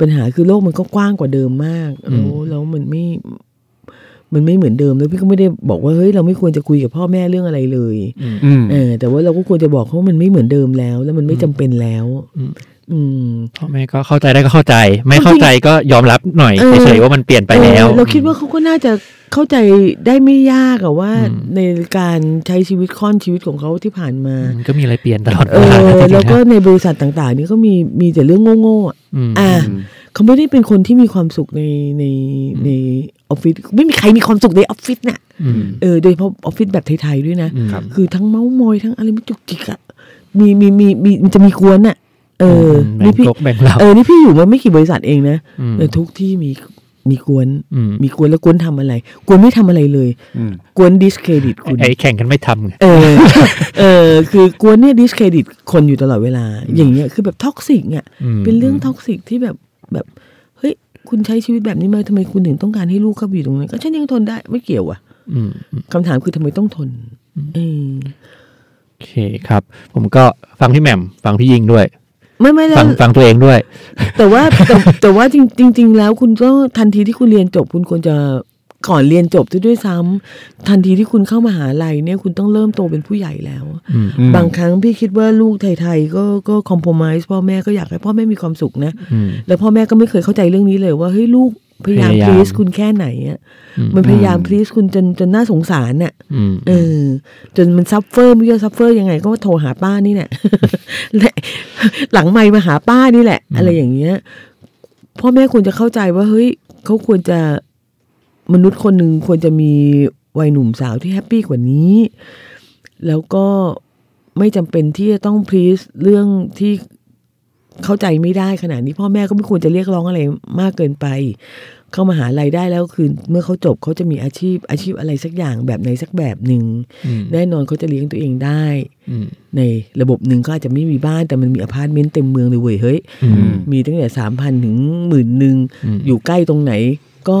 D: ปัญหาคือโลกมันก็กว้างกว่าเดิมมาก
E: อื
D: แล้
E: ม
D: วแล้วมันไม่ มันไม่เหมือนเดิมแล้วพี่ก็ไม่ได้บอกว่าเฮ้ยเราไม่ควรจะคุยกับพ่อแม่เรื่องอะไรเลย
E: อืม
C: อืม
D: เออแต่ว่าเราก็ควรจะบอกเขาว่ามันไม่เหมือนเดิมแล้ว แล้วมันไม่จำเป็นแล้ว
E: อืม
D: อืม
E: พ่อแม่ก็เข้าใจได้ก็เข้าใจ ไม่เข้าใจก็ยอมรับหน่อย
D: เออ
E: เฉยๆว่ามันเปลี่ยนไปแล้ว
D: เออเราคิดว่าเขาก็น่าจะเข้าใจได้ไม่ยากอะว่า
E: อืม
D: ในการใช้ชีวิตค่อนชีวิตของเขาที่ผ่านมา
E: มันก็มีอะไรเปลี่ยนตลอด
D: เอ
E: เวลา
D: อ
E: จริงๆนะ
D: แล้วก็ในบริษัทต่างๆ นี่ก็มีมีแต่เรื่องโง่ๆอะ
E: อืม
D: อ่า
C: อืม
D: เขาไม่ได้เป็นคนที่มีความสุขในในในออฟฟิศไม่มีใครมีความสุขในออฟฟิศน่ะ
E: อืม
D: เออโดยเฉพาะออฟฟิศแบบไทยๆด้วยนะ
E: อืม
D: คือทั้งเมาส์มอยทั้งอะไรไม่จุกจิกอะมีมีมีมีมันจะมีกวนอะเออ
E: แบ่
D: นี่
E: ง
D: พี่
E: กกแบ่งเรา
D: เออนี่พี่อยู่มาไม่กี่บริษัทเองนะ
E: ม
D: เออทุกที่มีมีกวน
E: อืม
D: มีกวนแล้วกวนทำอะไร กวนไม่ทำอะไรเลย
C: อืม
D: กวนดิสเครดิตคุณ
E: ไอ้แข่งกันไม่ทำไง
D: เออ เออ คือกวนเนี่ยดิสเครดิตคนอยู่ตลอดเวลา อย่างเงี้ยคือแบบท็อกซิกอ่ะ
E: ม
D: เป็นเรื่องท็อกซิกที่แบบแบบเฮ้ยคุณใช้ชีวิตแบบนี้มาทำไมคุณถึงต้องการให้ลูกเข้าไปอยู่ตรงนั้นก็ฉันยังทนได้ไม่เกี่ยวอ่ะ
E: อืมอืม
D: คำถามคือทำไมต้องทนเออ
E: โอเคครับ ผมก็ฟังพี่แหม่มฟังพี่ยิงด้วย
D: ไม่ไม่แล้
E: ฟั
D: ว
E: งฟังตัวเองด้วย
D: แต่ว่าแต่แต่ว่าจริงจริงจริง ๆ แล้วคุณก็ทันทีที่คุณเรียนจบ คุณควรจะก่อนเรียนจบซะด้วยซ้ำทันทีที่คุณเข้ามหาลัยเนี่ยคุณต้องเริ่มโตเป็นผู้ใหญ่แล้ว
E: อืม
C: อืม
D: บางครั้งพี่คิดว่าลูกไทยๆก็ก็คอมโพมไส์พ่อแม่ก็อยากให้พ่อแม่มีความสุขนะ
E: อืม
D: แล้วพ่อแม่ก็ไม่เคยเข้าใจเรื่องนี้เลยว่าเฮ้ยลูกพยายาม
E: พยายาม
D: พลีสคุณแค่ไหนอะมันพยายามพลีสคุณจนจนน่าสงสารน่ะ
E: อืม
D: เออจนมันซัฟเฟอร์ไม่รู้จะซัฟเฟอร์ยังไง ก็โทรหาป้านี่แหละ และ หลังไม่มาหาป้านี่แหละ อะไรอย่างเงี้ย พ่อแม่ควรจะเข้าใจว่าเฮ้ยเขาควรจะมนุษย์คนหนึ่งควรจะมีวัยหนุ่มสาวที่แฮปปี้กว่านี้ แล้วก็ไม่จำเป็นที่จะต้องพลีสเรื่องที่เข้าใจไม่ได้ขนาดนี้ พ่อแม่ก็ไม่ควรจะเรียกร้องอะไรมากเกินไป เข้ามาหาลัยได้แล้วคือ เมื่อเขาจบเขาจะมีอาชีพ อาชีพอะไรสักอย่างแบบไหนสักแบบหนึ่ง
E: อืม
D: แน่นอนเขาจะเลี้ยงตัวเองได้
E: อืม
D: ในระบบหนึ่งก็อาจจะไม่มีบ้านแต่มันมีอพาร์ตเมนต์เต็มเมืองเลยเว้ยเฮ้ย
E: อืม
D: มีตั้งแต่สามพันถึงหมื่นหนึ่ง
E: อืม
D: อยู่ใกล้ตรงไหน ก็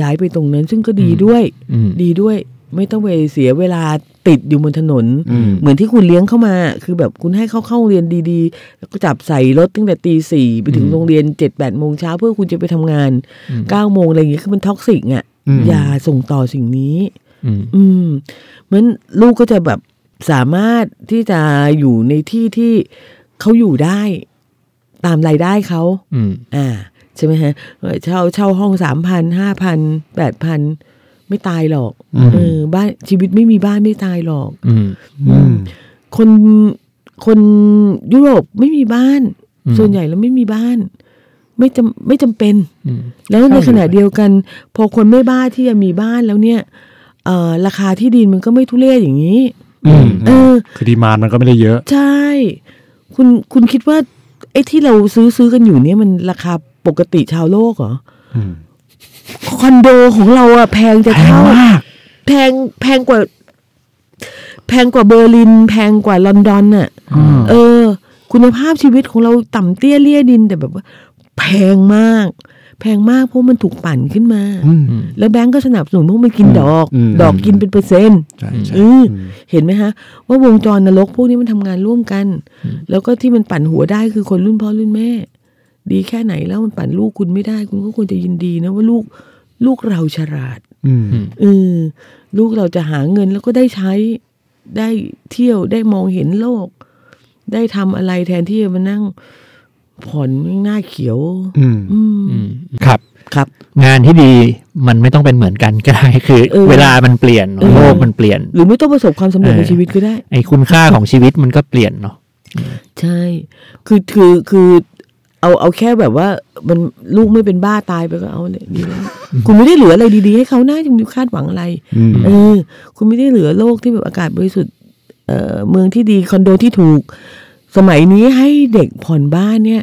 D: ย้ายไปตรงนั้น ซึ่งก็ดี
E: อืม
D: ด้วย
E: อืม
D: ดีด้วย ไม่ต้องไปเสียเวลาติดอยู่บนถนน
C: อืม
D: เหมือนที่คุณเลี้ยงเข้ามา คือแบบคุณให้เขาเข้าโรงเรียนดีๆ แล้วก็จับใส่รถตั้งแต่ตีสี่ไปถึง
E: อืม
D: โรงเรียนเจ็ดแปดโมงเช้าเพื่อคุณจะไปทำงาน
E: อืม
D: เก้าโมงอะไรอย่างเงี้ยคือมันท็อกซิกอ่ะ
C: อืม
D: อย่าส่งต่อสิ่งนี้
E: อืม
D: อืมเหมือนลูกก็จะแบบสามารถที่จะอยู่ในที่ที่เขาอยู่ได้ ตามรายได้เขา
E: อืม
D: อ่า ใช่ไหมฮะเออเช่าเช่าห้องสามพันห้าพันแปดพันไม่ตายหรอก
C: อืม
D: เออบ้านชีวิตไม่มีบ้านไม่ตายหรอก
E: อืม
C: อืม
D: คนคนยุโรปไม่มีบ้าน
E: อืม
D: ส่วนใหญ่แล้วไม่มีบ้าน ไม่จำไม่จำเป็น
E: อืม
D: แล้วใน
E: เข้าอยู่
D: ขณะเดียวกัน พอคนไม่บ้าที่จะมีบ้านแล้วเนี่ยเอ่อราคาที่ดินมันก็ไม่ทุเรศอย่างนี้
C: อืม
D: เออ
C: คือดีมานมันก็ไม่ได้เยอะ
D: ใช่ คุณคุณคิดว่า ไอ้ที่เราซื้อซื้อกันอยู่เนี่ยมันราคาปกติชาวโลกเหรอ
C: อืม
D: คอนโดของเราอะแพงจะเท่าแพงแพงกว่า แพงกว่าเบอร์ลิน แพงกว่าลอนดอนน่ะ เออ คุณภาพชีวิตของเราต่ำเตี้ยเลี่ยดินแต่แบบว่า แพงมาก แพงมากเพราะมันถูกปั่นขึ้นมา
C: อืม
D: แล้วแบงก์ก็สนับสนุนพวกมันกินดอก
C: อืม
D: ดอกกินเป็นเปอร์เซ็นต์
C: ใช่ใช่
D: เออเห็นไหมฮะ ว่าวงจรนรกพวกนี้มันทำงานร่วมกัน แล้วก็ที่มันปั่นหัวได้คือคนรุ่นพ่อรุ่นแม่ ดีแค่ไหนแล้วมันปั่นลูกคุณไม่ได้ คุณก็ควรจะยินดีนะว่าลูกลูกเราฉลาด
C: อืม
D: เออลูกเราจะหาเงินแล้วก็ได้ใช้ได้เที่ยวได้มองเห็นโลก ได้ทำอะไรแทนที่จะมานั่งผ่อนหน้าเขียว
C: อืม
D: อืม
E: อืมครับ
D: ครับ
E: งานที่ดีมันไม่ต้องเป็นเหมือนกันก็ได้คือ
D: เออ
E: เวลามันเปลี่ยน
D: เออ
E: โลกมันเปลี่ยน
D: หรือไม่ต้องประสบความสำเร็จ
E: เออ
D: ในชีวิตก็ได้
E: ไอ้คุณค่าของชีวิตมันก็เปลี่ยนเนาะ
D: ใช่ คือคือคือเอาเอาแค่แบบว่ามันลูกไม่เป็นบ้าตายไปก็เอาเลยดีแล้วคุณไม่ได้เหลืออะไรดีๆให้เขานะคุณคาดหวังอะไร
C: อืม
D: เออ คุณไม่ได้เหลือโลกที่แบบอากาศบริสุทธิ์เอ่อเมืองที่ดีคอนโดที่ถูก สมัยนี้ให้เด็กผ่อนบ้านเนี่ย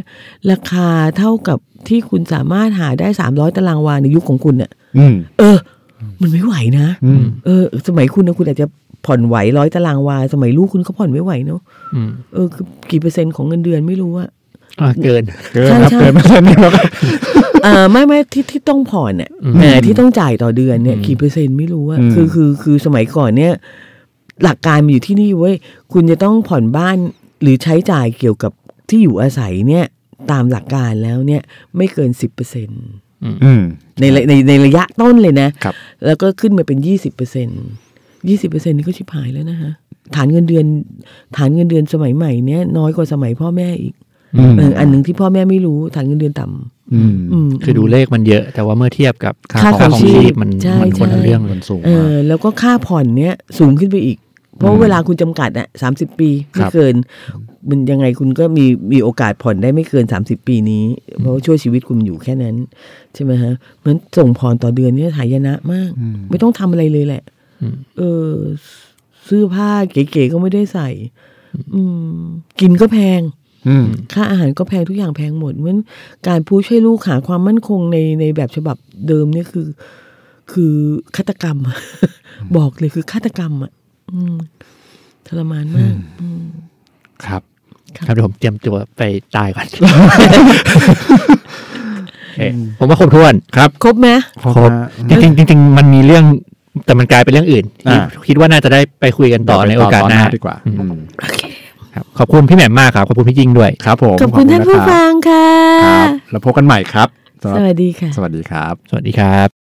D: ราคาเท่ากับที่คุณสามารถหาได้สามร้อยตารางวาในยุคของคุณเนี่ย
C: อืม
D: เออ มันไม่ไหวนะ
C: อืม
D: เออ สมัยคุณนะคุณอาจจะผ่อนไหวร้อยตารางวา สมัยลูกคุณก็ผ่อนไม่ไหวเนาะ
E: อืม
D: เออคือกี่เปอร์เซ็นต์ของเงินเดือนไม่รู้อะ
E: อ่ะเกิน
C: เกินครับ
D: ใช่ใช่
C: เกินมาแล้วเนี่ยแล้วก็
D: เออไม่ไม่ที่ที่ต้องผ่อนเนี่ย
E: อืม
D: เออที่ต้องจ่ายต่อเดือนเนี่ย
E: อืม
D: กี่เปอร์เซ็นต์ไม่รู้อะคือคือคือสมัยก่อนเนี่ย หลักการมันอยู่ที่นี่เว้ยคุณจะต้องผ่อนบ้านหรือใช้จ่ายเกี่ยวกับที่อยู่อาศัยเนี่ย ตามหลักการแล้วเนี่ย ไม่เกินสิบเปอร์เซ็นต์
C: อืม
D: ในระในในระยะต้นเลยนะ
C: ครับ
D: แล้วก็ขึ้นมาเป็นยี่สิบเปอร์เซ็นต์ยี่สิบเปอร์เซ็นต์นี่ก็ชิบหายแล้วนะฮะฐานเงินเดือน ฐานเงินเดือนสมัยใหม่เนี่ยน้อยกว่าสมัยพ่อแม่อีก
C: อืม
D: เอออันหนึ่งที่พ่อแม่ไม่รู้ฐานเงินเดือนต่ำ
C: อืม
D: อืม
E: คือดูเลขมันเยอะ แต่ว่าเมื่อเทียบกับ
D: ค่า
E: ค่าของ
D: ของชีพ
E: ชีพมัน
D: ใช่
E: มันคนละ
D: ใช่
E: เรื่องเล
C: มั
E: ย
C: นสูง
D: เอ
C: มาก
D: อแล้วก็ค่าผ่อนเนี้ยสูงขึ้นไปอีก เพราะ
C: อืม
D: เวลาคุณจำกัดอ่ะสามสิบปี
C: ครั
D: ไม่
C: บ
D: เกิน มันยังไงคุณก็มีมีโอกาสผ่อนได้ไม่เกินสามสิบปีนี้ เพราะว่าช่วยชีวิตคุณอยู่แค่นั้น ใช่ไหมฮะเหมือนส่งผ่อนต่อเดือนเนี่ยหายนะมาก
C: อืม
D: ไม่ต้องทำอะไรเลยแหละ
E: อืม
D: เออเสื้อผ้าเก๋ๆก็ไม่ได้ใส่ อืม กินก็แพง
C: อืม
D: ค่าอาหารก็แพงทุกอย่างแพงหมดเพราะฉะนั้นการพูดช่วยลูกหาความมั่นคงในในแบบฉบับเดิมเนี่ยคือ คือฆาตกรรมอะ บอกเลยคือฆาตกรรมอ่ะอืมทรมานมาก
C: ครับ
E: ครับเดี๋ยวผมเตรียมตัวไปตายก่อนโอเคผมว่าครบถ้วนครับ
D: ครบไหม
E: ครบจริงๆจริงๆมันมีเรื่องแต่มันกลายเป็นเรื่องอื่นที่
C: อ่า
E: คิดว่าน่าจะได้ไปคุยกันต่อในโอกาสหน้า
C: ดีกว่าอืม
E: ครับขอบคุณพี่แหม่มมากครับ ขอบคุณพี่ยิ่งด้วย
C: ครับผม
D: ขอบคุณท่านผู้
C: ะครับ
D: ฟังค่ะ
C: ครับ แล้วพบกันใหม่ครับ
D: สวัสดีค่ะ
C: สวัสดีครับ
E: สวัสดีครับ